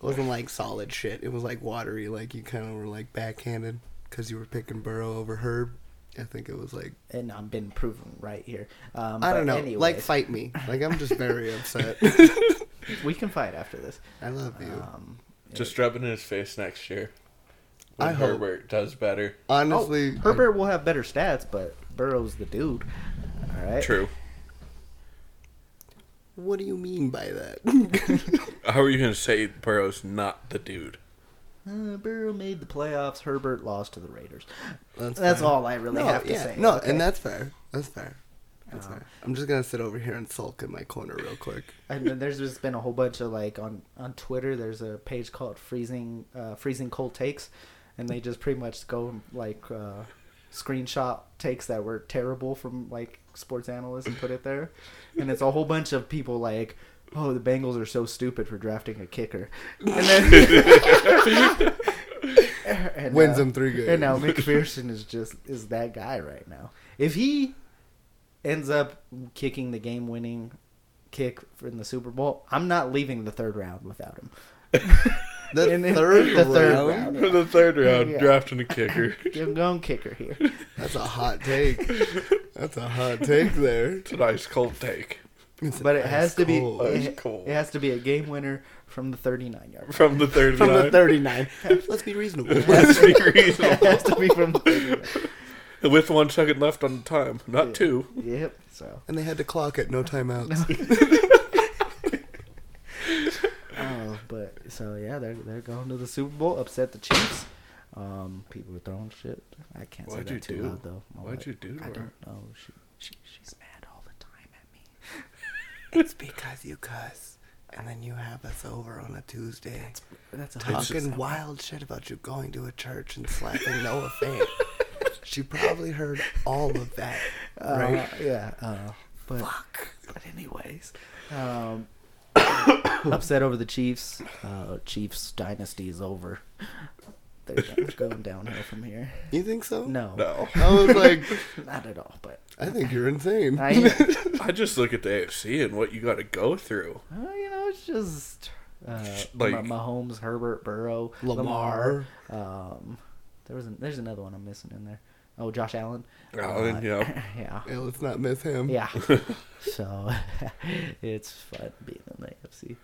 S4: wasn't like solid shit. It was like watery. Like you kind of were like backhanded because you were picking Burrow over Herb. I think it was like
S2: and I've been proven right here. Um,
S4: I
S2: but
S4: don't know.
S2: anyways,
S4: Like fight me. Like I'm just very
S2: [laughs]
S4: upset.
S2: we can fight after this.
S4: I love you.
S2: Um,
S3: Just rub it in his face next year. When
S4: I hope.
S3: Herbert does better.
S4: Honestly,
S2: oh, Herbert will have better stats, but Burrow's the dude. All right.
S3: True.
S4: what do you mean by
S2: [laughs]
S4: that?
S3: How are you going to say Burrow's not the dude?
S2: Uh, Burrow made the playoffs. Herbert lost to the Raiders.
S4: That's
S2: That's,
S4: fine.
S2: all I really
S4: no,
S2: have to
S4: yeah,
S2: say.
S4: no,
S2: okay? Uh,
S4: and that's fair. That's fair. That's fair. I'm just gonna sit over here and sulk in my corner real quick.
S2: [laughs] And then there's just been a whole bunch of like on on Twitter. There's a page called Freezing uh, Freezing Cold Takes, and they just pretty much go like uh, screenshot takes that were terrible from like sports analysts and put it there. And it's a whole bunch of people like, "Oh, the Bengals are so stupid for drafting a kicker," and then.
S4: [laughs]
S2: [laughs] and,
S4: Wins
S2: uh,
S4: them three games.
S2: And now McPherson is just is that guy right now. If he ends up kicking the game winning kick for in the Super Bowl, I'm not leaving the third round without
S3: [laughs]
S2: him.
S4: The
S2: And then-
S4: third
S2: [laughs] the
S4: round.
S2: third round.
S3: For the third round,
S2: Yeah.
S3: drafting
S2: [laughs]
S3: a kicker.
S2: Give him going kicker here.
S4: That's a hot take. That's a hot take there.
S3: It's a nice cold take
S4: It's
S2: But it has to be
S4: cold.
S2: it,
S3: cold.
S2: it has to be a game winner from the 39 yard.
S3: from the third
S4: from the
S3: round. [laughs]
S4: 39. Let's be reasonable.
S3: Let's be
S2: [laughs] It
S3: reasonable.
S2: has to be from the 39.
S3: With one second left on the time, not two.
S2: Yep. So
S4: and they had to clock it. No timeouts.
S2: Oh, but so yeah, they're they're going to the Super Bowl, upset the Chiefs. Um, people are throwing shit. I can't
S3: What'd
S2: say
S3: you
S2: that too
S3: do?
S2: loud though. I'm
S3: What'd
S2: like,
S3: you do to
S2: I
S3: her?
S2: don't know. She, she she's mad all the time at me.
S4: it's because you cuss. And then you have us over on a Tuesday.
S2: That's a
S4: talking wild shit about you going to a church and slapping Noah
S2: [laughs]
S4: Fan. She probably heard all of that,
S2: uh,
S4: right?
S2: Yeah. Uh, but but anyways, um, [coughs] upset over the Chiefs. Uh, Chiefs dynasty is over. They're [laughs] done- going downhill from here.
S4: You think so?
S2: No,
S3: No.
S4: I was like,
S2: not at all. But
S4: I think you're insane. [laughs]
S2: I.
S3: I just look at the AFC and what you got to go through.
S2: Uh, you know, it's just uh,
S3: [laughs] Like-
S2: Ma- Mahomes, Herbert, Burrow,
S4: Lamar.
S2: Um, there was an, there's another one I'm missing in there. Oh, Josh Allen. Uh,
S3: Allen, yeah.
S2: [laughs] yeah,
S3: [laughs]
S4: Yeah, let's not miss him.
S2: yeah. so [laughs] it's fun being in the AFC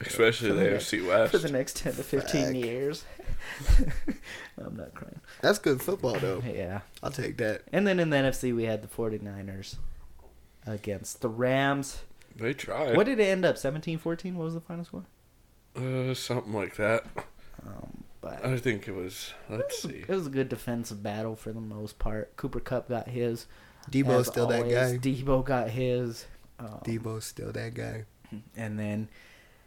S3: Especially the
S2: the
S3: AFC
S2: for the
S3: West.
S2: next ten to fifteen
S4: Fuck.
S2: years. [laughs] I'm not crying.
S4: That's good football, though.
S2: Yeah,
S4: I'll take that.
S2: and then in the NFC we had the 49ers against the Rams.
S3: They tried.
S2: What did it end up? 17-14? What was the final score?
S3: Uh, something like that.
S2: Um, but
S4: uh,
S3: I think it was. Let's see.
S2: It was a good defensive battle for the most part. Cooper Cup got his.
S4: Debo's
S2: As
S4: still that
S2: always,
S4: guy.
S2: Debo got his. Um,
S4: Debo's still that guy.
S2: and then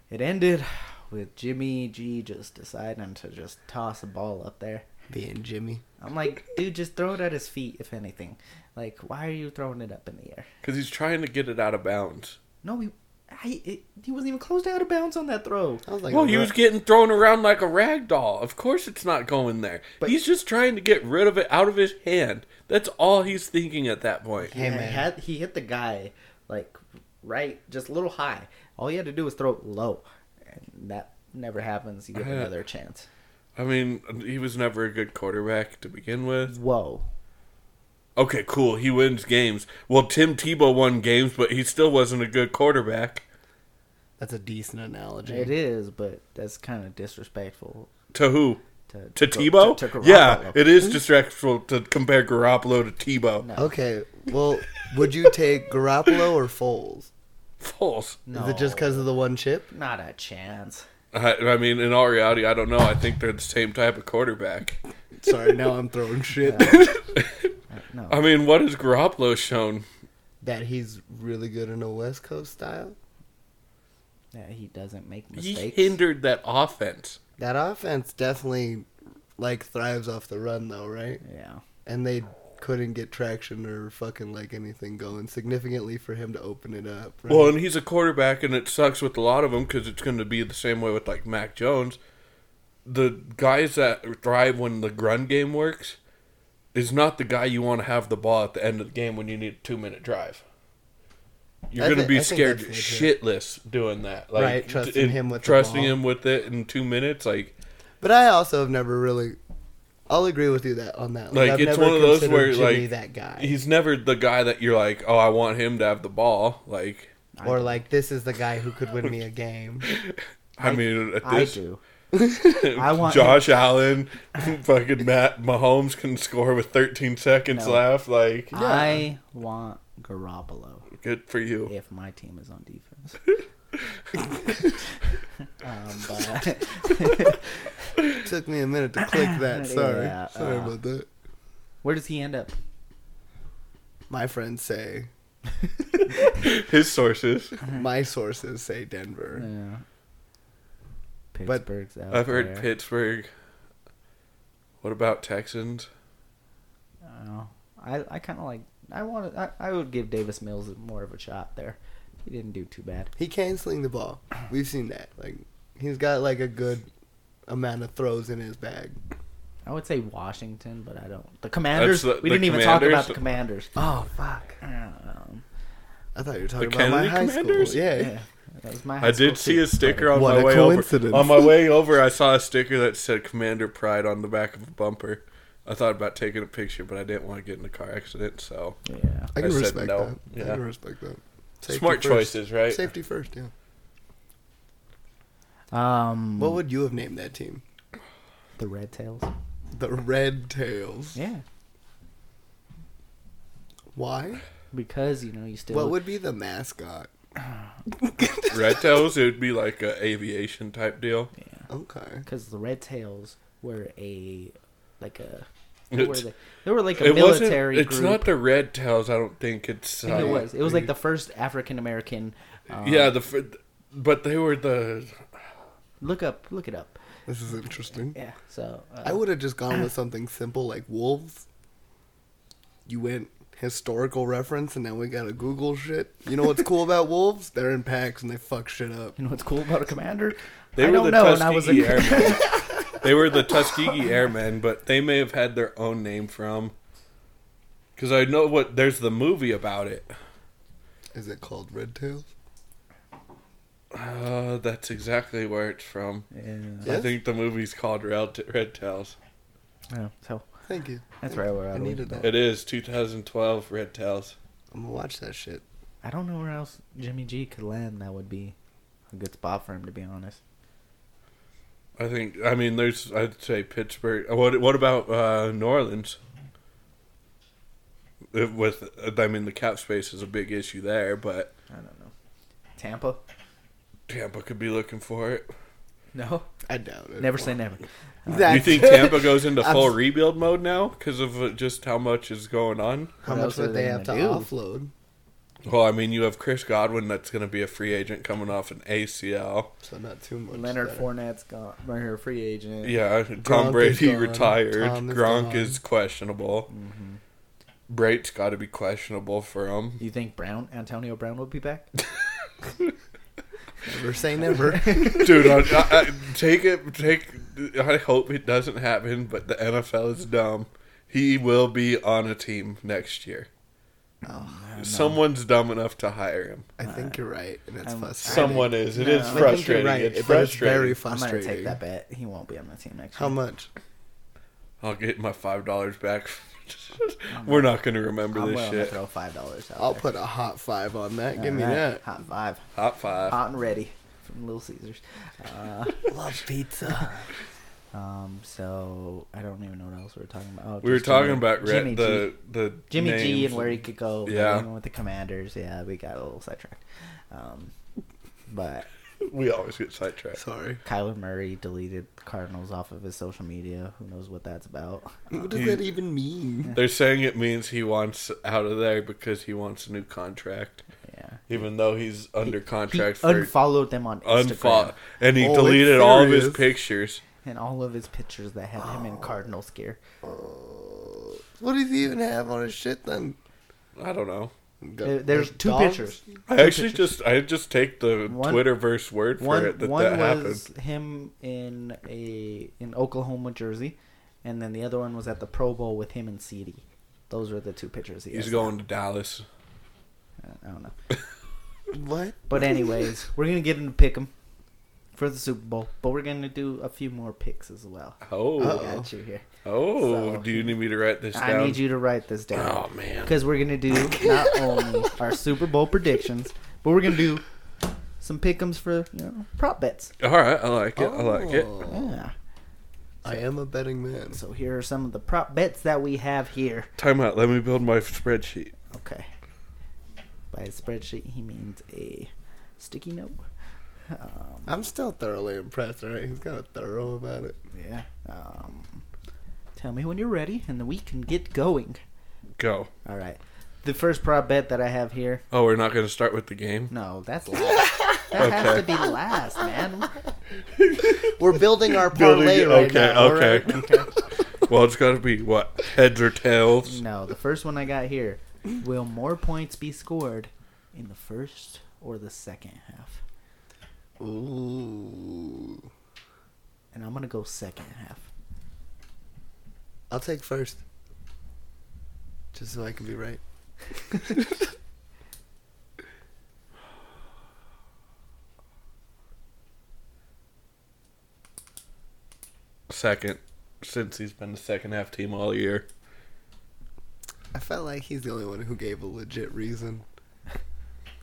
S2: it ended with Jimmy G just deciding to just toss a ball up there.
S4: Being Jimmy.
S2: I'm like, dude, just throw it at his feet, if anything. Like, why are you throwing it up in the air?
S3: Because he's trying to get it out of bounds.
S2: No, he, I, it, he wasn't even close to out of bounds on that throw.
S4: I was like,
S3: Well,
S4: a
S3: he
S4: ru-
S3: was getting thrown around like a rag doll. Of course it's not going there.
S2: But-
S3: he's just trying to get rid of it out of his hand. That's all he's thinking at that point.
S4: Hey,
S2: Yeah,
S4: man.
S2: He, had, he hit the guy, like, right, just a little high. All he had to do was throw it low. And that never happens. You give
S3: Yeah.
S2: another chance.
S3: I mean, he was never a good quarterback to begin with.
S2: Whoa.
S3: Okay, cool. He wins games. Well, Tim Tebow won games, but he still wasn't a good quarterback.
S4: That's a decent analogy.
S2: It is, but that's kind of disrespectful
S3: To who?
S2: to,
S3: To Tebow?
S2: to- to
S3: yeah,
S2: Garoppolo.
S3: it is disrespectful to compare Garoppolo to Tebow.
S2: No.
S4: Okay, well, would you take Garoppolo or Foles?
S3: False.
S4: Is it just because of the one chip?
S2: Not a chance.
S3: I, I mean, in all reality, I don't know. I think they're the same type of quarterback.
S4: Sorry, now I'm
S2: [laughs]
S4: throwing shit. [laughs] Uh,
S2: No.
S3: I mean, what has Garoppolo shown?
S4: that he's really good in a West Coast style.
S2: Yeah, he doesn't make
S3: He
S2: mistakes.
S3: hindered that offense.
S4: That offense definitely like thrives off the run though, right?
S2: yeah.
S4: And they couldn't get traction or fucking like anything going significantly for him to open it up. Right?
S3: Well, and he's a quarterback, and it sucks with a lot of them because it's going to be the same way with like Mac Jones. The guys that thrive when the run game works is not the guy you want to have the ball at the end of the game when you need a two minute drive. You're
S4: I
S3: going to
S4: thi-
S3: be
S4: I think
S3: scared
S4: that's
S3: shitless doing that, like,
S4: Right, trusting
S3: and
S4: him with the
S3: trusting
S4: ball.
S3: him with it in two minutes, like
S4: but I also have never really. I'll agree with you that on that.
S3: like
S4: I've
S3: it's
S4: never
S3: one of those
S4: considered
S3: where
S4: Jimmy
S3: like
S4: that guy,
S3: he's never the guy that you're like, oh, I want him to have the ball, like.
S4: or like this is the guy who could win me
S3: [laughs]
S4: a game.
S3: I, mean, at
S2: I
S3: this,
S2: do.
S3: [laughs]
S2: I want
S3: Josh Allen, fucking Matt Mahomes can score with 13 seconds
S2: No.
S3: left. Like,
S2: I want Garoppolo
S3: good for you.
S2: if my team is on defense.
S3: [laughs]
S2: um, but [laughs]
S4: Took me a minute to click that.
S2: [laughs]
S4: Sorry,
S2: Yeah,
S4: sorry
S2: uh,
S4: about that.
S2: where does he end up?
S4: My friends say
S3: [laughs] His sources.
S4: my sources say Denver.
S2: uh-huh. Yeah.
S4: But
S2: Pittsburgh's out.
S3: I've heard
S2: there.
S3: Pittsburgh. What about Texans?
S2: I, don't know. I, I kind of like. I want. I, I would give Davis Mills more of a shot there. He didn't do too bad.
S4: He can sling the ball. We've seen that. Like he's got like a good amount of throws in his bag.
S2: I would say Washington, but I don't. The Commanders.
S3: the-
S2: we
S3: the
S2: didn't even talk
S3: Commanders?
S2: about the Commanders.
S4: Oh fuck!
S2: Um,
S4: I thought you were talking
S3: The
S4: about my
S3: Kennedy
S4: high
S3: Commanders?
S4: school. Yeah.
S2: yeah, that was my. high
S3: I did
S2: school
S3: see
S2: too.
S3: a sticker on
S4: What
S3: my
S4: a
S3: way
S4: coincidence.
S3: over. On my
S4: [laughs]
S3: way over, I saw a sticker that said Commander Pride on the back of a bumper. I thought about taking a picture, but I didn't want to get in a car accident, so.
S2: [laughs] Yeah.
S4: I can
S3: I said
S4: respect
S3: no.
S4: that. I
S3: Yeah.
S4: can respect that.
S3: Smart
S4: first.
S3: choices, right?
S4: Safety first. Yeah.
S2: Um,
S4: What would you have named that team?
S2: the Red Tails?
S4: The Red Tails.
S2: Yeah,
S4: Why?
S2: because you know you still.
S4: What would be the mascot?
S3: Red Tails, it would be like a aviation type deal.
S4: Okay.
S2: Because the Red Tails were a like a. They were,
S3: It's-
S2: they, they were like a
S3: it
S2: military
S3: wasn't. It's
S2: group.
S3: not the Red Tails. I don't think it's.
S2: I think
S3: uh,
S2: it was. It was like the first African American. Um,
S3: yeah, the fir- but they were the
S2: Look up. Look it up.
S4: This is interesting.
S2: Yeah. So. Uh,
S4: I would have just
S2: [clears throat]
S4: gone with something simple like wolves. You went historical reference, and now we gotta Google shit. You know what's cool about wolves? They're in packs and they fuck shit up.
S2: You know what's cool about a commander?
S3: they
S2: I
S3: were
S2: don't
S3: the
S2: know. and
S3: Tuskegee
S2: I was a
S3: Airmen. they were the Tuskegee Airmen, but they may have had their own name from. Because I know what there's the movie about it.
S4: Is it called Red Tails?
S3: Uh, that's exactly where it's from.
S2: [laughs] yeah.
S4: Yes?
S3: I think the movie's called Red, Red Tails.
S2: yeah. So
S4: Thank you.
S2: that's right where I,
S4: I
S2: went.
S4: needed that.
S3: It is 2012 Red Tails.
S4: I'm gonna watch that shit.
S2: I don't know where else Jimmy G could land. That would be a good spot for him, to be honest.
S3: I think. I mean, there's. I'd say Pittsburgh. What What about uh, New Orleans? If- With, I mean, the cap space is a big issue there, but
S2: I don't know. Tampa.
S4: [laughs]
S3: Tampa could be looking for it.
S2: No,
S4: I doubt it.
S2: never say never.
S3: you
S4: That's-
S3: think Tampa goes into
S4: I'm-
S3: full rebuild mode now because of uh, just how much is going on?
S4: [laughs] How
S2: What
S4: much
S2: else are
S4: would they
S2: they
S4: have to
S2: gonna do?
S4: offload?
S3: Well, I mean, you have Chris Godwin that's going to be a free agent coming off an ACL.
S4: So not too much.
S2: Leonard
S4: there.
S2: Fournette's gone. Right here, free agent.
S3: Yeah,
S4: Gronk
S3: Tom
S4: is
S3: Brady
S4: gone.
S3: retired.
S4: Tom is
S3: Gronk
S4: gone.
S3: is questionable. Brait's got to be questionable for him.
S2: You think Brown, Antonio Brown, will be back?
S4: Never
S2: [laughs]
S4: say never.
S3: Dude, I, I, I- take it. Take. I hope it doesn't happen, but the NFL is dumb. He will be on a team next year. Someone's dumb enough to hire him.
S4: I think you're right, and it's
S2: I'm-
S4: frustrating.
S3: Someone is. It
S2: No. I
S3: is
S2: think you're
S4: I think you're
S3: frustrating.
S4: right.
S3: It's
S4: but it's
S3: frustrating.
S4: very
S2: I'm
S4: frustrating.
S2: gonna take that bet. He won't be on the team next
S4: How
S2: year.
S4: much?
S3: I'll get my five dollars back. [laughs]
S2: Mm.
S3: We're not gonna remember
S2: I'm
S3: this
S2: willing to
S3: shit.
S2: throw five dollars out.
S4: I'll
S2: there.
S4: put a hot five on that.
S2: All
S4: Give me
S2: right.
S4: that.
S2: hot five,
S3: Hot five.
S2: hot and ready from Little Caesars. Uh,
S3: [laughs]
S4: Love pizza.
S2: um, so I don't even know what else we were talking about. Oh,
S3: we were
S2: just Jimmy-
S3: talking about Rhett,
S2: Jimmy G.
S3: the the
S2: Jimmy G
S3: names.
S2: and where he could go. but
S3: Yeah.
S2: even with the Commanders. Yeah, we got a little sidetracked. Um, but
S3: We always get sidetracked.
S4: Sorry.
S2: Kyler Murray deleted Cardinals off of his social media. Who knows what that's about?
S4: What does
S3: He-
S4: that even mean?
S3: They're saying it means he wants out of there because he wants a new contract,
S2: Yeah.
S3: even though he's under
S2: He
S3: contract for
S2: unfollowed them on Instagram
S3: unfollow, and he
S4: Oh, it's
S3: deleted all of his
S4: serious.
S3: pictures.
S2: and all of his pictures that had him
S3: Oh.
S2: in Cardinals gear.
S4: What does he even have on his shit then?
S3: I don't know.
S2: There- There's two
S4: Dogs?
S2: pictures.
S3: I actually just I just take the
S2: One-
S3: Twitterverse word for
S2: One
S3: it that
S2: one
S3: that happened.
S2: was him in a in Oklahoma jersey, and then the other one was at the Pro Bowl with him and CD. Those were the two pictures. He
S3: He's
S2: has.
S3: going to Dallas.
S2: I don't know.
S4: What?
S2: But anyways, [laughs] we're gonna get into pick 'em for the Super Bowl, but we're gonna do a few more picks as well.
S3: Oh,
S2: I got you here.
S3: oh!
S2: So-
S3: do you need me to write this
S2: I
S3: down?
S2: need you to write this down.
S3: Oh man.
S2: because we're gonna do not only our Super Bowl predictions, but we're gonna do some pickems for you know prop bets.
S3: All right, I like it. I like it.
S4: Oh,
S2: Yeah.
S4: I am a betting man.
S2: So here are some of the prop bets that we have here.
S3: Time out. Let me build my spreadsheet.
S2: Okay. By spreadsheet, he means a sticky note. Um,
S4: I'm still thoroughly impressed, all right? He's kind of thorough about it.
S2: yeah. Um, tell me when you're ready, and then we can get going.
S3: Go.
S2: All right. The first prop bet that I have here.
S3: Oh, we're not going to start with the game.
S2: No, that's last. That has
S3: Okay.
S2: to be last, man.
S4: We're [laughs] building our
S3: Building-
S4: parlay right
S3: okay,
S4: now. all
S3: okay.
S4: right?
S2: Okay.
S3: [laughs] Well, it's got to be what heads or tails.
S2: No, the first one I got here. Will more points be scored in the first or the second half?
S4: Ooh.
S2: And I'm gonna go second half.
S4: I'll take first. Just so I can be right.
S3: Second, since he's been the second half team all year.
S4: I felt like he's the only one who gave a legit reason.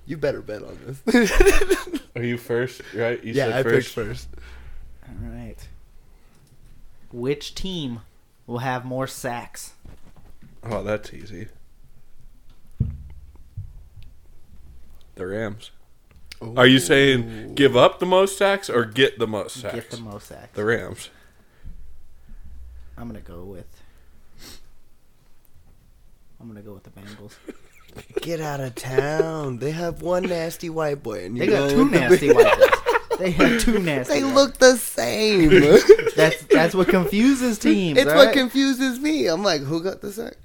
S4: You better bet on this. [laughs]
S3: Are you first? Right? You
S4: yeah, I picked first.
S2: All right. Which team will have more sacks?
S3: Oh, that's easy. The Rams. Are you saying give up the most sacks or get the most sacks?
S2: Get the most sacks.
S3: the Rams.
S2: I'm gonna go with. I'm gonna go with the Bengals.
S4: Get out of town. They have one nasty white boy, and [laughs] you
S2: They got
S4: go
S2: two
S4: with the
S2: nasty
S4: big-
S2: white boys. They have
S4: [laughs]
S2: two nasty.
S4: They
S2: white-
S4: look the same.
S2: [laughs] That's
S4: [laughs]
S2: that's what confuses teams.
S4: it's
S2: all
S4: what
S2: right?
S4: confuses me. I'm like, who got the sack?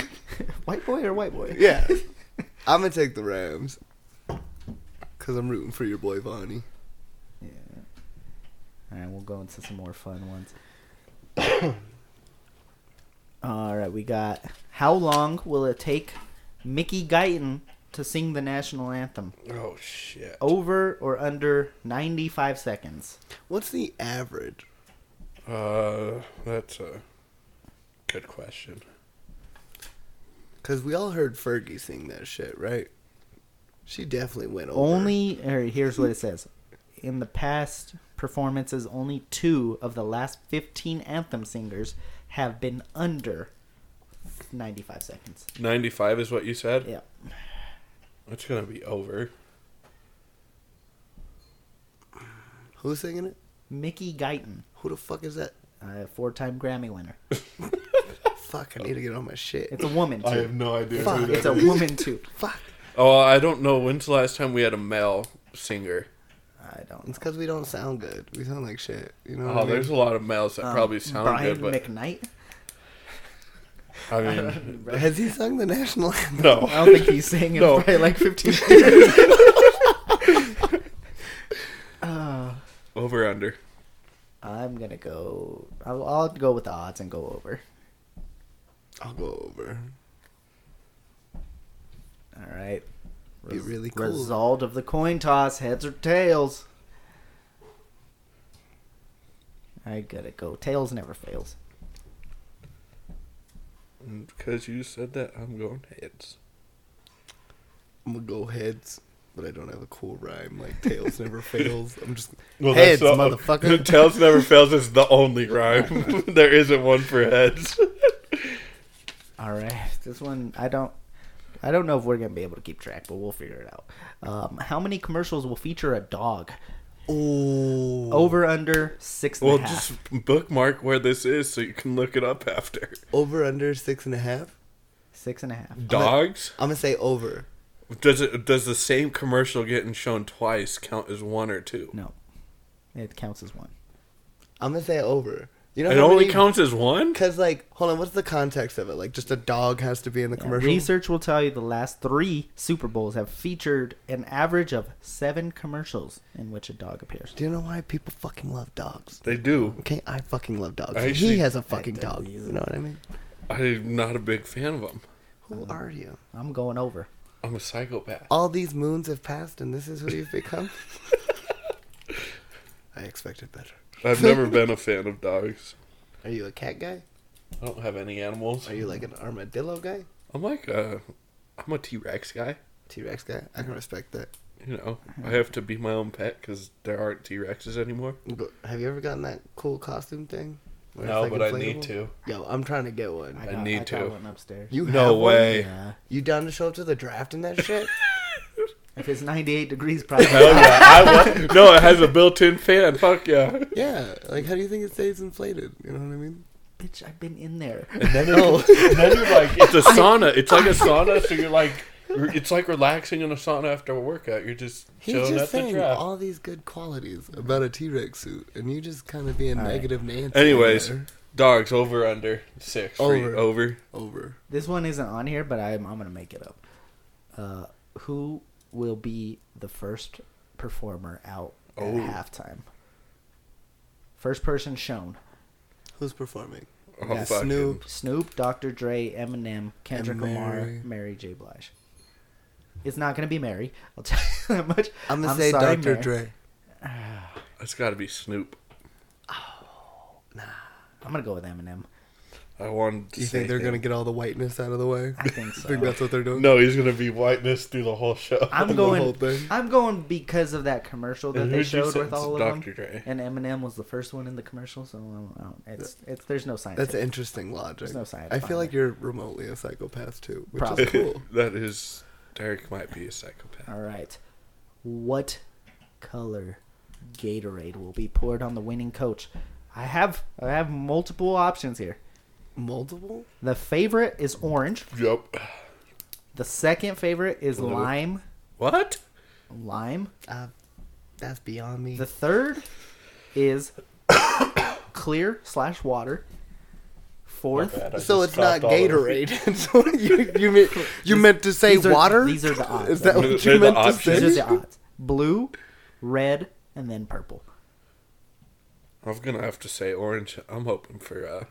S2: [laughs] white boy or white boy. [laughs]
S4: Yeah, I'm gonna take the Rams because I'm rooting for your boy Vonnie.
S2: Yeah. All right, we'll go into some more fun ones. [coughs] All right, we got. How long will it take Mickey Guyton to sing the national anthem?
S3: Oh shit.
S2: Over or under 95 seconds?
S4: What's the average?
S3: Uh, that's a good question.
S4: Because we all heard Fergie sing that shit, right? She definitely went over.
S2: Only. Or here's what it says. In the past performances, only two of the last 15 anthem singers have been under 95 seconds.
S3: Ninety-five is what you said.
S2: Yeah.
S3: It's gonna be over.
S4: who's singing it?
S2: Mickey Guyton,
S4: Who the fuck is that?
S2: a four-time Grammy winner.
S4: Fuck, I need to get on my shit.
S2: It's a woman too.
S3: I have no idea.
S4: Fuck,
S3: who that
S2: it's a
S3: is.
S2: woman too.
S4: Fuck.
S3: Oh, I don't know. When's the last time we had a male singer?
S2: [laughs] I don't.
S4: It's because we don't sound good. We sound like shit. You know. what I
S3: Oh,
S4: mean?
S3: there's a lot of males that
S2: Um,
S3: probably sound
S2: Brian
S3: good, but
S2: McKnight.
S3: I mean,
S4: Has he sung the national anthem?
S3: [laughs] no.
S2: [laughs] I don't
S3: [laughs]
S2: think he's sang in
S3: No.
S2: probably
S3: [laughs]
S2: like 15 years. uh,
S3: Over under.
S2: I'm gonna go. I'll, I'll go with the odds and go over.
S4: I'll go over.
S2: All right.
S4: Be really cool.
S2: Result of the coin toss: heads or tails. I gotta go. Tails never fails.
S3: And because you said that, I'm going heads.
S4: I'm gonna go heads, but I don't have a cool rhyme like
S3: [laughs]
S4: tails never fails. I'm just
S3: Well,
S4: heads,
S3: that's the- [laughs]
S4: motherfucker.
S3: Tails never fails is the only rhyme. [laughs] there isn't one for heads. [laughs]
S2: All right. This one, I don't. I don't know if we're gonna be able to keep track, but we'll figure it out. Um, how many commercials will feature a dog?
S3: Oh.
S4: Ooh.
S2: Over under six and a
S3: Well,
S2: half.
S3: just bookmark where this is so you can look it up after.
S4: Over under six and a half.
S2: Six and a half.
S3: Dogs?
S4: I'm gonna say over.
S3: Does it? Does the same commercial getting shown twice count as one or two?
S2: No, it counts as one.
S4: I'm gonna say over. You know.
S3: It
S4: how
S3: only
S4: many-
S3: counts as one.
S4: [laughs] Cause like, hold on, what's the context of it? Like, just a dog has to be in the commercial.
S2: Research will tell you the last three Super Bowls have featured an average of seven commercials in which a dog appears.
S4: Do you know why people fucking love dogs?
S3: They do.
S4: Okay, I fucking love dogs.
S3: I
S4: he
S3: see.
S4: has a fucking
S2: I don't
S4: dog.
S2: either.
S4: You know what I mean?
S3: I'm not a big fan of them.
S4: Who
S3: Uh-huh.
S4: are you?
S2: I'm going over.
S3: I'm a psychopath.
S4: All these moons have passed, and this is who
S2: [laughs]
S4: you've become. I expected better.
S3: I've never been a fan of dogs.
S4: Are you a cat guy?
S3: I don't have any animals.
S4: Are you like an armadillo guy?
S3: I'm like a, I'm a T Rex guy.
S4: T Rex guy? I can respect that.
S3: You know, I have to be my own pet because there aren't T Rexes anymore.
S4: Go- Have you ever gotten that cool costume thing? Where it's,
S3: No,
S4: like,
S3: but I need
S4: inflatable?
S3: to.
S4: Yo, I'm trying to get one.
S3: I need to.
S2: one upstairs.
S4: You
S3: No
S4: have one?
S3: way.
S2: Yeah.
S4: You down to show up to the draft and that
S3: [laughs]
S4: shit?
S2: If it's 98 degrees, probably.
S3: Hell yeah! I wa- [laughs] no, it has a built-in fan. Fuck yeah!
S4: yeah. Like, how do you think it stays inflated? You know what I mean?
S2: Bitch, I've been in there.
S3: [laughs]
S4: No.
S3: And then you're like, it's a sauna. It's like a sauna. [laughs] So you're like, you're- it's like relaxing in a sauna after a workout. You're just
S4: He's
S3: chilling
S4: just
S3: at the
S4: saying
S3: draft.
S4: all these good qualities about a T Rex suit, and you just kind of being
S2: All right.
S4: negative Nancy.
S3: Anyways,
S4: there.
S3: dogs over under six. Over
S4: Over.
S3: over.
S4: over.
S2: This one isn't on here, but I'm, I'm going to make it up. Uh, who will be the first performer out at
S3: Oh.
S2: halftime? First person shown.
S4: Who's performing?
S3: Oh,
S4: We got
S3: fucking-
S4: Snoop,
S2: Snoop, Dr. Dre, Eminem, Kendrick
S4: And
S2: Lamar,
S4: Mary.
S2: Mary J. Blige. It's not gonna be Mary. I'll tell you that much.
S4: I'm gonna say
S2: sorry,
S4: Dr.
S2: Mary.
S4: Dre.
S3: It's got to be Snoop.
S2: I'm gonna go with Eminem.
S3: I wanted. To
S4: Do you think
S3: say
S4: they're
S3: him.
S4: gonna get all the whiteness out of the way? [laughs]
S2: I think
S4: I think
S2: so.
S4: that's what they're doing.
S3: No, he's gonna be whiteness through the whole show.
S2: I'm
S3: [laughs]
S4: the
S2: going.
S4: whole thing.
S2: I'm going because of that commercial that
S3: And
S2: they
S3: who'd you
S2: showed
S3: say
S2: with
S3: it's
S2: all of them.
S3: Dr. Dre?
S2: And Eminem was the first one in the commercial, so I don't, I don't- it's it's there's no science.
S4: That's interesting logic.
S2: There's no science
S4: I feel
S2: behind
S4: like
S2: it.
S4: you're remotely a psychopath too, which
S2: Probably. [laughs]
S4: is cool.
S3: that is Derek might be a psychopath.
S2: All right. What color Gatorade will be poured on the winning coach? I have I have multiple options here.
S4: Multiple?
S2: The favorite is orange.
S3: Yep.
S2: The second favorite is
S3: Blue.
S2: lime.
S3: What?
S2: Lime.
S4: Uh, that's beyond me.
S2: The third is [coughs] clear slash water. Fourth,
S3: Bad, I
S4: so
S3: just
S4: it's not
S3: stopped all of them.
S4: Gatorade. [laughs] So you you, mean, you meant to
S2: [laughs]
S4: say
S2: these are-
S4: water?
S2: these are the odds.
S4: [laughs] Is that
S3: They're
S4: what
S3: the
S4: you meant to
S3: odds.
S2: these are
S4: say?
S2: the odds. Blue, red, and then purple.
S3: I'm gonna have to say orange. I'm hoping for uh,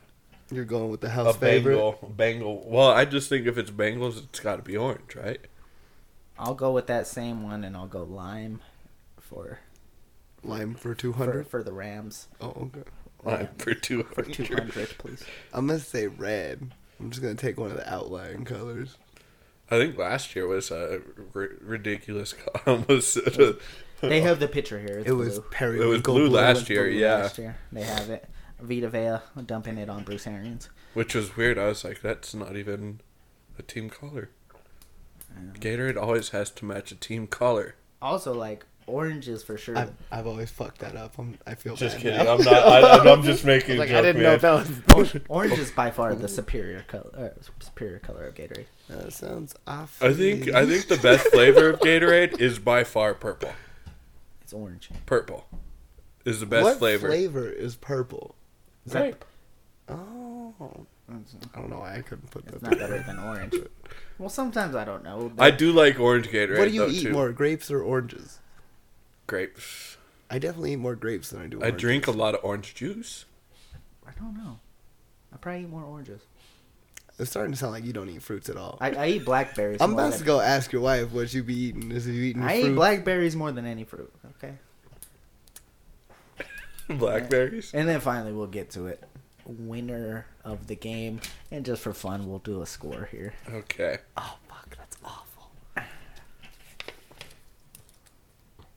S4: You're going with the
S3: a
S4: house favorite.
S3: bangle. Bangle. Well, I just think if it's bangles, it's got to be orange, right?
S2: I'll go with that same one, and I'll go lime for
S4: Lime for two
S2: for,
S4: hundred.
S2: for the
S4: [laughs]
S2: Rams.
S4: Oh, okay.
S3: Lime [laughs] for two
S2: For two
S3: hundred.
S4: [laughs]
S2: hundred, please.
S4: I'm gonna say red. I'm just gonna take one of the outlying colors.
S3: I think last year was a r- ridiculous. I Almost. said a-
S2: They have the picture here. It's
S4: It was
S2: blue.
S4: periwinkle.
S3: blue last
S4: and
S3: year,
S4: blue.
S3: yeah.
S2: last year. They have it. Vita Vea dumping it on Bruce Arians.
S3: [laughs] Which was weird. I was like, that's not even a team color. Gatorade always has to match a team color.
S2: also like oranges for sure.
S4: I've, I've always fucked that up. I'm, I feel
S3: Just
S4: bad
S3: kidding.
S4: now.
S3: I'm not. I, I'm
S4: [laughs]
S3: just making
S4: like
S3: a joke.
S4: I didn't know
S3: man.
S4: if that was bullshit.
S2: [laughs] Orange is by far
S4: [laughs]
S2: the superior color, uh, superior color of Gatorade.
S4: That sounds off.
S3: I think I think
S4: [laughs]
S3: the best flavor of Gatorade is by far purple.
S2: It's orange.
S3: Purple is the best
S4: what
S3: flavor.
S4: flavor is purple?
S2: Is that-
S3: Grape.
S4: Oh,
S2: It's
S4: I don't know why I couldn't put
S2: it's
S4: that.
S2: not
S4: Together.
S2: better than orange. Well, sometimes I don't know.
S3: I do like orange Gatorade.
S4: What do you
S3: though,
S4: eat
S3: too.
S4: more, grapes or oranges?
S3: Grapes.
S4: I definitely eat more grapes than I do.
S3: I
S4: oranges.
S3: drink a lot of orange juice. [laughs]
S2: I don't know. I probably eat more oranges.
S4: It's starting to sound like you don't eat fruits at all.
S2: I, I eat blackberries.
S4: I'm
S2: more
S4: about
S2: than-
S4: to go ask your wife what you be eating. Is you eating?
S2: I
S4: fruit?
S2: eat blackberries more than any fruit. Okay,
S3: Blackberries.
S2: and then finally we'll get to it. Winner of the game, and just for fun, we'll do a score here.
S3: Okay.
S4: Oh fuck, that's awful.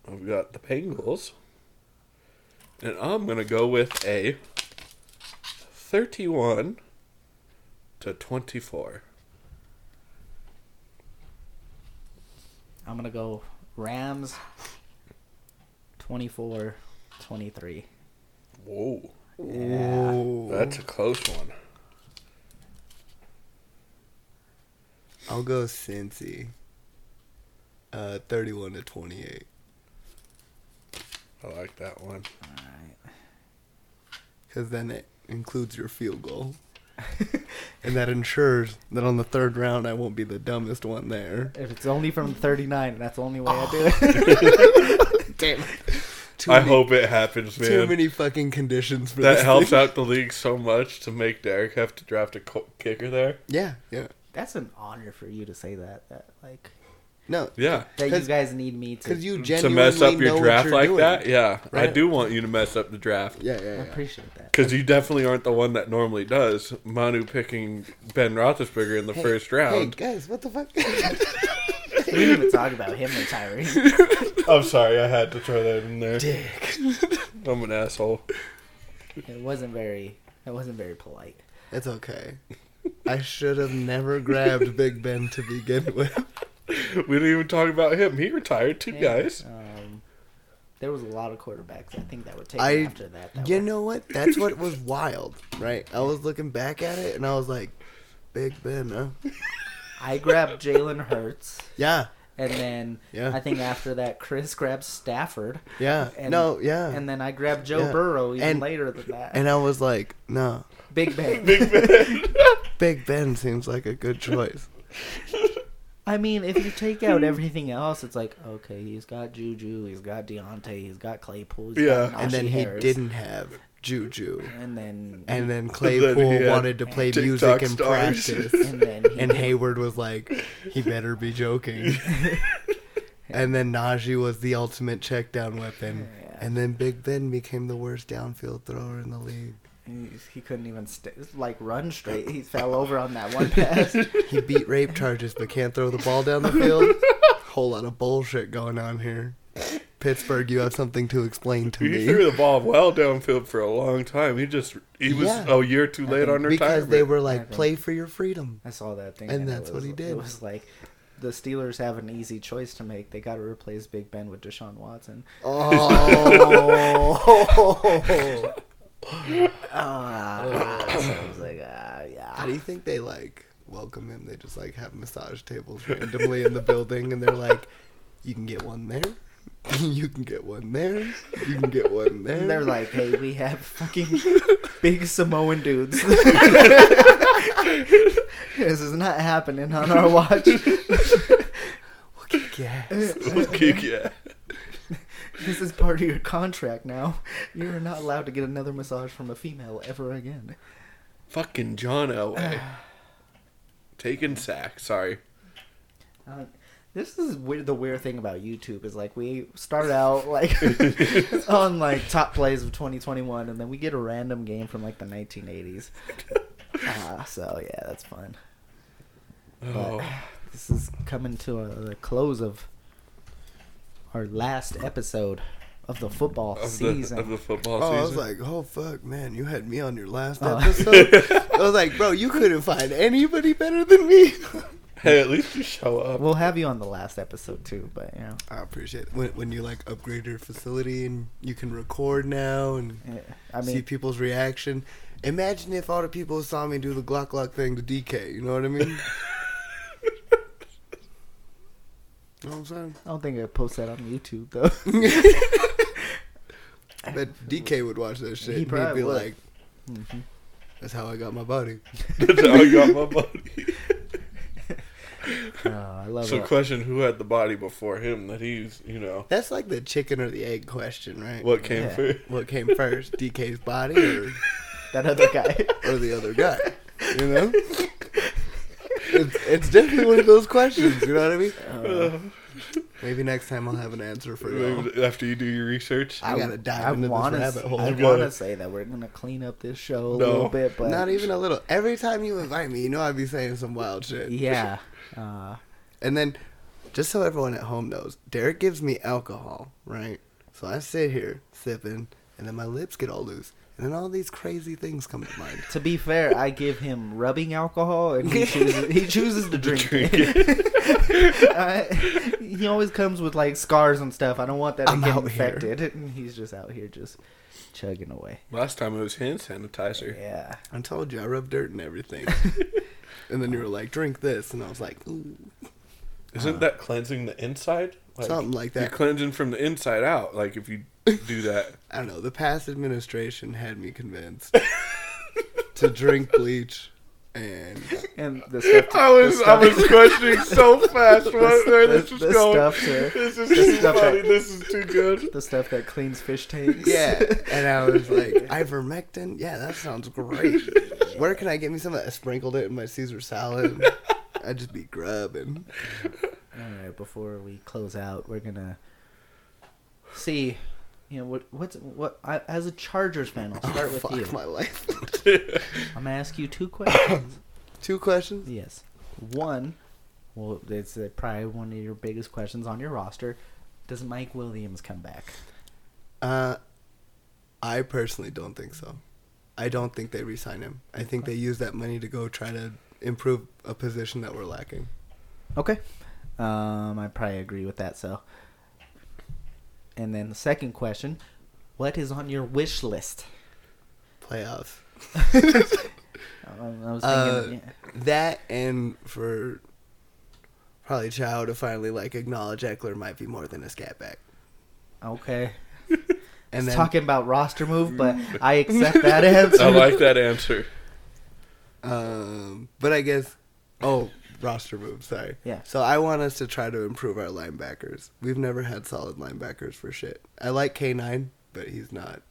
S3: I've got the Bengals. And I'm going to go with a 31 to 24.
S2: I'm gonna go Rams 24 23.
S3: Whoa.
S4: Ooh.
S3: That's a close one.
S4: I'll go Cincy. Uh, thirty-one to twenty-eight.
S3: I like that one.
S2: Alright.
S4: because then it includes your
S2: [laughs]
S4: field goal. and that ensures that on the third round, I won't be the dumbest one there.
S2: If it's only
S4: [laughs]
S2: from 39, that's the only way I
S4: Oh.
S2: do it.
S4: Damn. [laughs] Too
S3: I
S4: many,
S3: hope it happens, man.
S4: Too many fucking conditions for [laughs]
S3: that
S4: this
S3: helps
S4: thing.
S3: out the league so much to make Derek have to draft a co- kicker there.
S4: Yeah, yeah.
S2: [laughs] that's an honor for you to say that. That like
S4: No,
S3: Yeah.
S2: that you
S4: 'Cause-
S2: guys need me to.
S4: because you
S3: To
S4: genuinely
S3: mess up
S4: know
S3: your
S4: what
S3: draft
S4: you're
S3: like
S4: doing.
S3: that? Yeah. I
S4: Right.
S3: do want you to mess up the draft.
S4: Yeah,
S2: I
S4: yeah, yeah.
S2: appreciate
S4: [laughs]
S2: that.
S3: Because you definitely aren't the one that normally does. Manu picking Ben Roethlisberger in the first
S4: Hey,
S3: round.
S4: guys, what the fuck? [laughs]
S2: We didn't even talk about him retiring.
S3: [laughs] I'm sorry, I had to throw that in there. [laughs] I'm an asshole.
S2: It wasn't very. It wasn't very polite.
S4: it's okay. I should have never grabbed Big Ben to
S2: [laughs]
S4: begin with.
S3: We didn't even talk about him. He retired too, guys.
S2: Um, there was a lot of quarterbacks. I think that would take
S4: I-
S2: after that. that
S4: You
S2: were-
S4: know what? That's what was wild, right? I was looking back at it and I was like, Big Ben, huh?
S2: I grabbed Jalen Hurts,
S4: Yeah,
S2: and then
S4: Yeah.
S2: I think after that, Chris grabbed Stafford.
S4: yeah.
S2: And,
S4: no, yeah.
S2: And then I grabbed Joe
S4: Yeah.
S2: Burrow even
S4: And-
S2: later than that.
S4: And I was like, no,
S2: Big Ben.
S4: Big Ben seems like a good choice.
S2: I mean, if you take out everything else, it's like okay, he's got Juju, he's got Deontay, he's got Claypool. he's got
S3: Yeah.
S4: and then
S2: Najee
S4: he
S2: Harris,
S4: didn't have Juju.
S2: And then
S4: [laughs] And then
S3: he
S4: Claypool
S3: had
S4: wanted to play
S3: TikTok
S4: music in
S3: stars.
S4: practice.
S2: [laughs] and then he
S4: And Hayward was like, he better be joking. and then Najee was the ultimate check down weapon.
S2: Yeah.
S4: And then Big Ben became the worst downfield thrower in the league.
S2: He, he couldn't even st- like run straight. He fell over on that one
S4: [laughs]
S2: pass.
S4: He beat rape charges but can't throw the ball down the field. Whole lot of bullshit going on here. Pittsburgh, you have something to explain to
S3: He
S4: me.
S3: threw the ball well downfield for a long time. He just he was
S4: Yeah.
S3: a year too late on retirement.
S4: because they were
S2: I
S4: like,
S2: think-
S4: play for your freedom.
S2: I saw that thing,
S4: And
S2: it
S4: that's what
S2: was-
S4: he did.
S2: It was like the Steelers have an easy choice to make. They got to replace Big Ben with Deshaun
S4: [coughs]
S2: Watson.
S4: Oh.
S2: Ah, so I was like, ah,
S4: [laughs] How
S2: yeah.
S4: do you think they like welcome him? They just like have massage tables randomly in the building and they're like, you can get one there. [laughs] You can get one there. You can get one there.
S2: And they're like, hey, we have fucking big Samoan dudes. this is not happening on our watch.
S4: We'll kick your ass.
S3: [laughs]
S4: [laughs]
S3: Kick yeah.
S2: This is part of your contract now. You are not allowed to get another massage from a female ever again.
S3: Fucking John
S4: [sighs]
S3: Elway. Taking sack. Sorry.
S2: Uh, this is weird, the weird thing about YouTube is like we start out like on like top plays of 2021, and then we get a random game from like the 1980s. Uh, so yeah, that's fun.
S3: Oh.
S2: This is coming to a, the close of our last episode of the football
S3: Of the,
S2: season.
S3: of the football
S4: Oh, I was
S3: season.
S4: like, oh fuck, man, you had me on your last
S2: Oh. [laughs]
S4: episode. I was like, bro, you couldn't find anybody better than me. [laughs]
S3: Hey, at least you
S2: [laughs]
S3: show up.
S2: We'll have you on the last episode too, but you know.
S4: I appreciate it. When, when you like upgrade your facility and you can record now and
S2: Yeah, eh, I
S4: see
S2: mean,
S4: people's reaction. Imagine if all the people saw me do the Glock Glock thing to DK. You know what I mean?
S2: [laughs]
S4: know what I'm saying?
S2: I don't think I post that on YouTube though. [laughs]
S4: But DK would watch that shit.
S2: He
S4: and he'd
S2: probably
S4: be
S2: would.
S4: like,
S2: Mm-hmm.
S3: [laughs]
S4: "That's how I got my body."
S3: That's how I got my body.
S2: oh, I love
S3: So,
S2: it.
S3: question: Who had the body before him? That he's, you know,
S4: That's like the chicken or the egg question, right?
S3: what came
S2: Yeah.
S3: first?
S4: What came
S3: [laughs]
S4: first, DK's body or,
S2: that other guy.
S4: or the other guy?
S2: [laughs]
S4: You know, it's, it's definitely one of those questions. You know what I mean? Maybe next time I'll have an answer for you.
S3: After you do your research,
S4: I gotta dive into this
S2: wanna,
S4: rabbit hole.
S2: I
S4: You
S2: want to
S3: gotta-
S2: say that we're gonna clean up this show a
S3: No.
S2: little bit, but
S4: Not even a little. Every time you invite me, you know I'd be saying some wild shit.
S2: yeah. Uh,
S4: And then, just so everyone at home knows, Derek gives me alcohol, right? So I sit here sipping, and then my lips get all loose, and then all these crazy things come to mind.
S2: to be fair, I give him rubbing alcohol, and he
S3: [laughs]
S2: chooses, he chooses to drink.
S3: drink
S2: [laughs] I, he always comes with like scars and stuff. I don't want that to
S4: I'm
S2: get
S4: out here.
S2: infected. [laughs] And he's just out here just chugging away.
S3: last time it was hand sanitizer.
S2: Yeah.
S4: I told you I rub dirt and everything. and then you were like, "Drink this," and I was like, "Ooh,
S3: Isn't that cleansing the inside?
S4: Something like that.
S3: You're cleansing from the inside out. Like if you do that,
S4: I don't know." The past administration had me convinced
S2: [laughs]
S4: to drink bleach, and
S2: And the stuff.
S3: [laughs] [laughs] I was I was questioning so fast
S2: the-
S3: what, where [laughs] this
S2: the-
S3: was
S2: the
S3: going.
S2: stuff to-
S3: [laughs] this is
S2: the
S3: too
S2: stuff to-
S3: funny. This is too good.
S2: The stuff that cleans fish tanks.
S4: yeah, and I was like, "Ivermectin? Yeah, that sounds great. Where can I get me some of that?" I sprinkled it in my Caesar salad. I'd just be grubbing.
S2: All right. Before we close out, we're gonna see. You know what? What's what? I, as a Chargers fan,
S3: Oh,
S2: I'll start with
S4: Oh, Fuck
S2: you.
S4: my life.
S2: I'm gonna ask you two questions.
S4: Two questions.
S2: yes. One. Well, it's uh, probably one of your biggest questions on your roster. Does Mike Williams come back?
S4: Uh, I personally don't think so. I don't think they re-sign him. I think they use that money to go try to improve a position that we're lacking.
S2: Okay. Um, I probably agree with that. So, and then the second question: What is on your wish list?
S4: Playoffs.
S2: I Um, I was
S4: Uh,
S2: thinking, yeah.
S4: That and for probably Chow to finally like acknowledge Eckler might be more than a scat back.
S2: okay,
S4: And
S2: It's
S4: then
S2: talking about roster move, [laughs] but I accept that answer.
S3: I like that answer.
S4: Um, but I guess, oh, roster move. Sorry.
S2: Yeah.
S4: So I want us to try to improve our linebackers. We've never had solid linebackers for shit. I like K nine, but he's not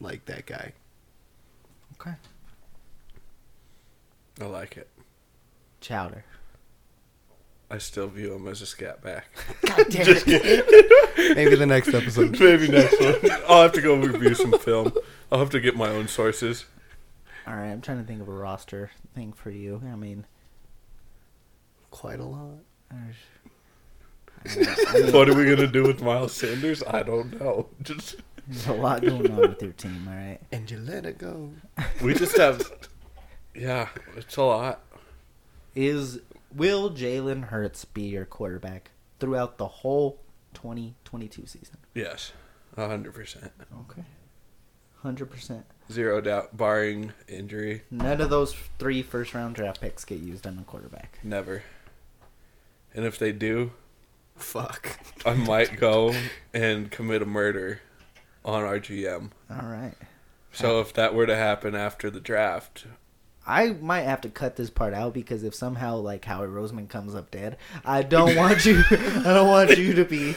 S4: like that guy.
S2: Okay,
S3: I like it.
S2: Chowder.
S3: I still view him as a scat [laughs] back.
S2: God damn it!
S4: Maybe the
S3: [laughs]
S4: next episode.
S3: Maybe next one. I'll have to go review some film. I'll have to get my own [laughs] sources.
S2: All right, I'm trying to think of a roster thing for you. I mean,
S4: Quite a lot.
S2: there's-
S3: What are we gonna do with Miles Sanders? I don't know. Just
S2: there's a lot going on with your team. All right,
S4: And you let it go.
S3: we just have. Yeah, it's a lot.
S2: is will Jalen Hurts be your quarterback throughout the whole 2022 season?
S3: Yes, a hundred percent,
S2: Okay. 100%.
S3: zero doubt. Barring injury,
S2: None of those three first round draft picks get used on a quarterback.
S3: never. And if they do,
S4: Fuck.
S3: I might go and commit a murder on our GM.
S2: All right.
S3: So if that were to happen after the draft,
S2: I might have to cut this part out because if somehow like Howard Roseman comes up dead, I don't want you [laughs] I don't want you to be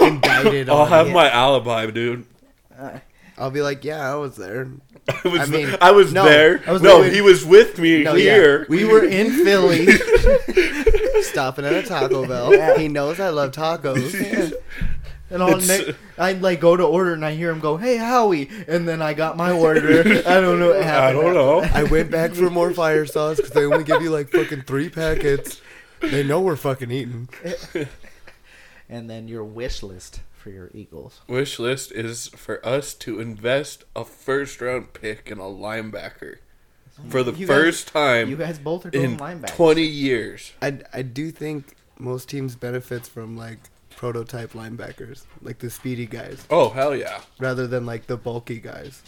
S4: Indicted
S3: I'll
S4: on.
S3: have
S2: yeah.
S3: my alibi, dude.
S2: uh,
S4: I'll be like, yeah, I was there.
S3: [laughs] I was,
S4: I mean,
S3: I was
S4: no,
S3: there.
S2: I was
S3: no,
S2: there.
S3: he was with me
S4: No, yeah.
S3: here.
S2: We were in [laughs] Philly.
S4: Stopping at a Taco Bell. He knows I
S2: [laughs]
S4: love tacos.
S2: And on
S3: It's-
S2: Nick, I like go to order and I hear him go, "Hey Howie," and then I got my order. I don't know. What
S3: I
S2: happened.
S3: don't know.
S4: I went back for more fire sauce because they only give you like fucking three packets. They know we're fucking eating.
S2: And then your wish list for your Eagles.
S3: [laughs] Wish list is for us to invest a first round pick in a linebacker. for the
S2: You guys-
S3: first time
S2: You guys both are going
S3: in
S2: linebackers.
S3: 20 years.
S4: I, I do think most teams benefits from like prototype linebackers, like the speedy guys,
S3: Oh, hell yeah.
S4: rather than like the bulky guys.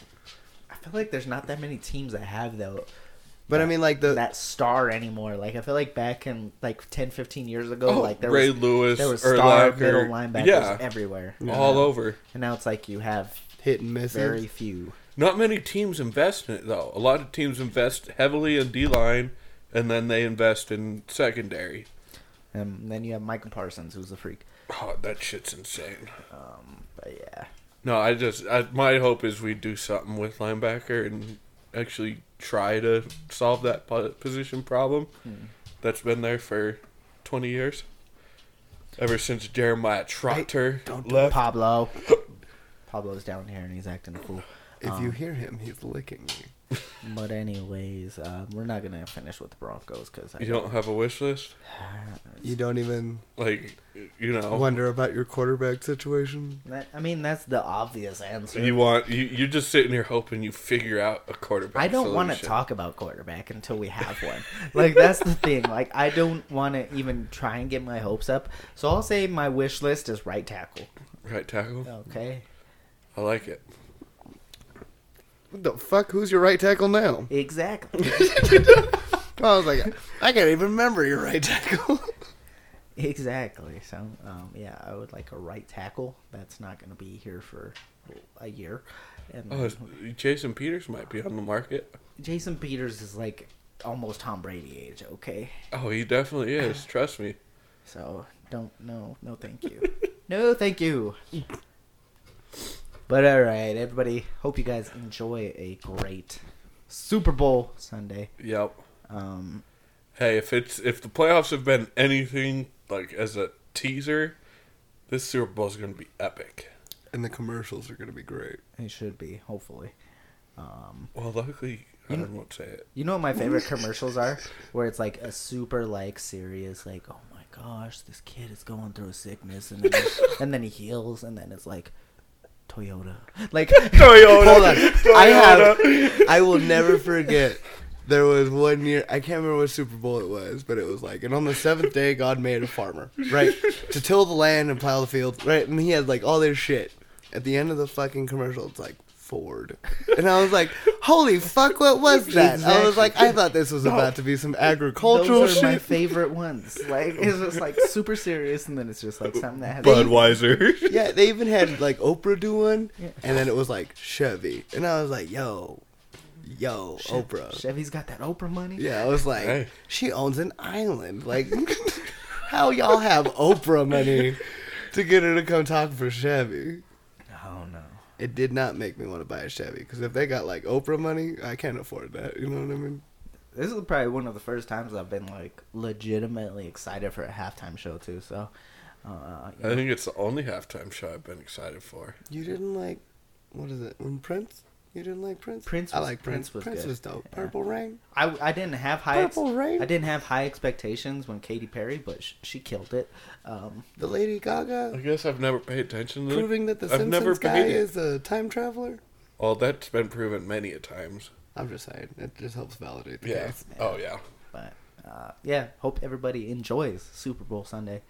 S2: I feel like there's not that many teams that have though
S4: But I mean, like the
S2: that star anymore. Like I feel like back in like 10, 15 years ago,
S3: Oh,
S2: like there
S3: Ray
S2: was
S3: Lewis,
S2: there was star
S3: Urlacher.
S2: middle linebackers
S3: Yeah.
S2: everywhere,
S3: All over.
S2: and now it's like you have
S4: hit and misses.
S2: very few.
S3: Not many teams invest in it, though. A lot of teams invest heavily in D line and then they invest in secondary.
S2: And Um, then you have Michael Parsons, who's a freak.
S3: Oh, that shit's insane.
S2: But yeah,
S3: No, I just I, my hope is we do something with linebacker and actually try to solve that po- position problem that's been there for twenty years. Ever since Jeremiah Trotter left, [laughs]
S2: Pablo. Pablo's down here and he's acting a fool.
S4: If
S2: Um,
S4: you hear him, he's licking you.
S2: But anyways, uh, we're not gonna finish with the Broncos because
S3: you don't have a wish list.
S4: You don't even
S3: Like you know,
S4: wonder about your quarterback situation.
S2: That, I mean, that's the obvious answer.
S3: you want you you're just sitting here hoping you figure out a quarterback.
S2: I don't want to
S3: solution.
S2: talk about quarterback until we have one. like that's the thing. Like I don't want to even try and get my hopes up. So I'll say my wish list is right tackle.
S3: right tackle.
S2: Okay,
S3: I like it.
S4: What the fuck? Who's your right
S2: [laughs]
S4: tackle now?
S2: exactly,
S4: I was like, I can't even remember your right tackle. [laughs]
S2: exactly. So um, yeah, I would like a right tackle. That's not going to be here for a year. And
S3: Oh, is- Jason Peters might be on the market.
S2: Jason Peters is like almost Tom Brady age. Okay,
S3: Oh, he
S2: [clears throat]
S3: definitely is. Trust me.
S2: So don't no no thank you. no thank you. But all right, everybody. Hope you guys enjoy a great Super Bowl Sunday.
S3: Yep.
S2: Um,
S3: Hey, if it's if the playoffs have been anything like as a teaser, this Super Bowl is going to be epic.
S4: and the commercials are gonna be great.
S2: it should be hopefully. Um,
S3: Well, luckily, I
S4: Mm.
S3: won't say it.
S2: you know what my favorite commercials are, where it's like a super like serious like oh my gosh this kid is going through a sickness and then and then he heals and then it's like Toyota like [laughs]
S4: Hold on. I
S3: Toyota.
S4: have. I will never forget. There was one year. I can't remember what Super Bowl it was, but it was like, and on the seventh day, God made a farmer, right, to till the land and plow the field, right, and he had like all this shit. At the end of the fucking commercial, it's like Ford, and I was like, "Holy fuck, what was that?" I was like, "I thought this was about to be some agricultural
S2: Those are my
S4: shit."
S2: favorite ones. Like it's just like super serious, and then it's just like something that has.
S3: Budweiser.
S4: yeah, they even had like Oprah do one, and then it was like Chevy, and I was like, "Yo, yo,
S2: Che-
S4: Oprah."
S2: Chevy's got that Oprah money.
S4: Yeah, I was like,
S3: Hey.
S4: she owns an island. Like, [laughs] how y'all have Oprah money to get her to come talk for Chevy?
S2: Oh no.
S4: It did not make me want to buy a Chevy because if they got like Oprah money, I can't afford that. You know what I mean?
S2: This is probably one of the first times I've been like legitimately excited for a halftime show too. So, uh,
S3: [laughs] I think it's the only halftime show I've been excited for.
S4: You didn't like, what is it? When Prince? You didn't like Prince?
S2: Prince
S4: I
S2: was-
S4: like
S2: Prince
S4: Prince.
S2: was
S4: Prince was,
S2: good.
S4: dope.
S2: Yeah.
S4: Purple Rain.
S2: I I didn't have high ex-
S4: Purple Rain?
S2: I didn't have high expectations when Katy Perry, but sh- she killed it. Um,
S4: The Lady
S3: I
S4: Gaga
S3: guess I've never paid attention to
S4: proving that the
S3: I've
S4: Simpsons
S3: never
S4: guy
S3: paid it.
S4: is a time traveler.
S3: Oh, that's been proven many a times.
S4: I'm just saying, it just helps validate the
S3: Yeah.
S4: case.
S3: Oh, yeah.
S2: but uh, yeah, hope everybody enjoys Super Bowl Sunday.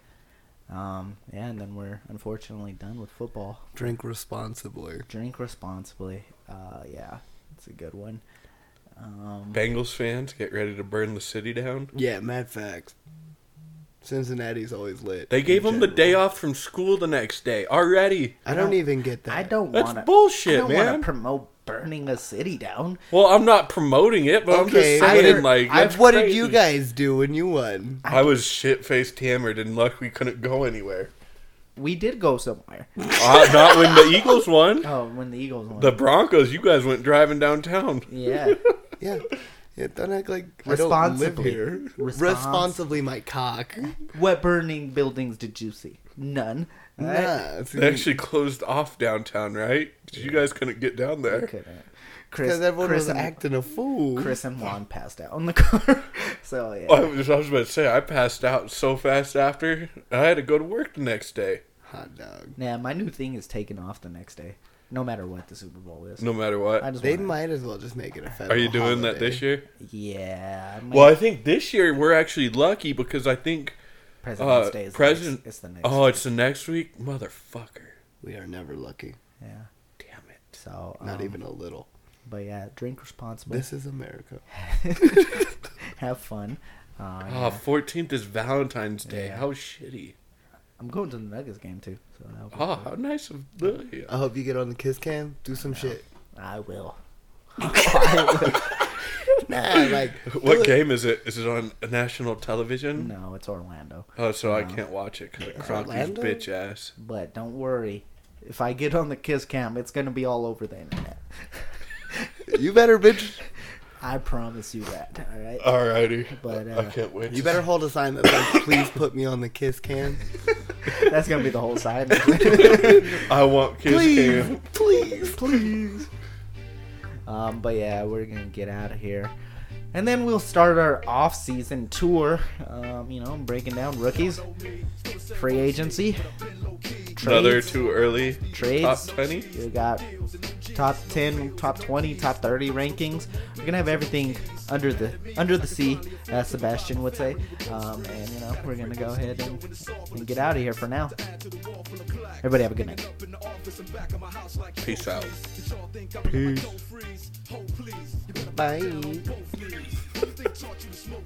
S2: Um, yeah, and then we're unfortunately done with football.
S4: Drink responsibly.
S2: drink responsibly. Uh, yeah, it's a good one. Um,
S3: Bengals fans, get ready to burn the city down.
S4: Yeah, mad facts. Cincinnati's always lit.
S3: They gave
S4: in
S3: them the
S4: general.
S3: day off from school the next day already.
S4: I don't even get that.
S2: I don't
S3: That's
S2: want to.
S3: bullshit,
S2: I don't
S3: man.
S2: want to promote burning a city down.
S3: Well, I'm not promoting it, but
S4: Okay,
S3: I'm
S4: I
S3: just saying,
S4: heard-
S3: like,
S4: I-
S3: that's
S4: what did
S3: crazy.
S4: you guys do when you won?
S3: I was shit faced hammered and luck we couldn't go anywhere.
S2: We did go somewhere.
S3: Uh, not when the Eagles won.
S2: Oh, when the Eagles won.
S3: The Broncos, you guys went driving downtown. [laughs]
S2: yeah,
S4: Yeah. Yeah, don't act like I don't live
S2: Responsibly.
S4: here.
S2: Respons-
S4: Responsibly, my cock.
S2: what burning buildings did you see? None. Alright.
S4: Nah,
S3: They actually closed off downtown, right? 'Cause You guys couldn't get down there.
S2: Okay. Chris,
S4: because everyone
S2: Chris
S4: was
S2: and,
S4: acting a fool.
S2: Chris and Juan passed out on the [laughs] car. so yeah.
S3: I was, I was about to say, I passed out so fast after, I had to go to work the next day.
S4: Hot dog.
S2: Nah, my new thing is taking off the next day. no matter what the Super Bowl is.
S3: No matter what.
S2: I just
S4: They
S2: wanna-
S4: might as well just make it a federal.
S3: Are you doing that
S4: holiday.
S3: this year?
S2: yeah. I might-
S3: Well, I think this year we're actually lucky because I think
S2: President's
S3: uh,
S2: Day is the
S3: President-
S2: next- it's the next.
S3: oh, it's the next week, motherfucker.
S4: We are never lucky.
S2: yeah.
S3: Damn it.
S2: So
S4: Not
S2: um,
S4: even a little.
S2: But yeah, drink responsibly.
S4: This is America.
S2: [laughs] Have fun. Uh,
S3: Oh,
S2: yeah.
S3: 14th is Valentine's Day.
S2: Yeah.
S3: How shitty.
S2: I'm going to the Nuggets game too. So that'll
S4: Uh-huh.
S2: be
S3: Oh, how nice of them.
S4: I hope you get on the kiss cam. Do some shit.
S2: I will.
S4: Nah, like do
S3: [laughs] What
S4: it.
S3: game is it? Is it on national television?
S2: No, it's Orlando.
S3: Oh, so I
S2: No.
S3: can't watch it because Crocky's
S4: Orlando?
S3: bitch ass.
S2: But don't worry. If I get on the Kiss Cam, it's going to be all over the internet. [laughs]
S4: You better, bitch.
S2: I promise you that. All right.
S3: Alrighty.
S2: But,
S3: I
S2: uh,
S3: can't wait.
S4: You better hold a sign that's like, "Please put me on the kiss cam." Uh-huh.
S2: That's going to be the whole side.
S3: I want Kiss
S4: Please,
S3: Cam.
S4: please.
S2: Please. Um, but yeah, we're going to get out of here. And then we'll start our off season tour. Um, you know, breaking down rookies, free agency,
S3: Another
S2: trades.
S3: too early.
S2: trades.
S3: Top 20?
S2: We got top 10, top 20, top 30 rankings. We're gonna have everything under the under the sea, as Sebastian would say. Um, and you know, we're gonna go ahead and, and get out of here for now. Everybody have a good night.
S3: Peace out.
S4: Bye.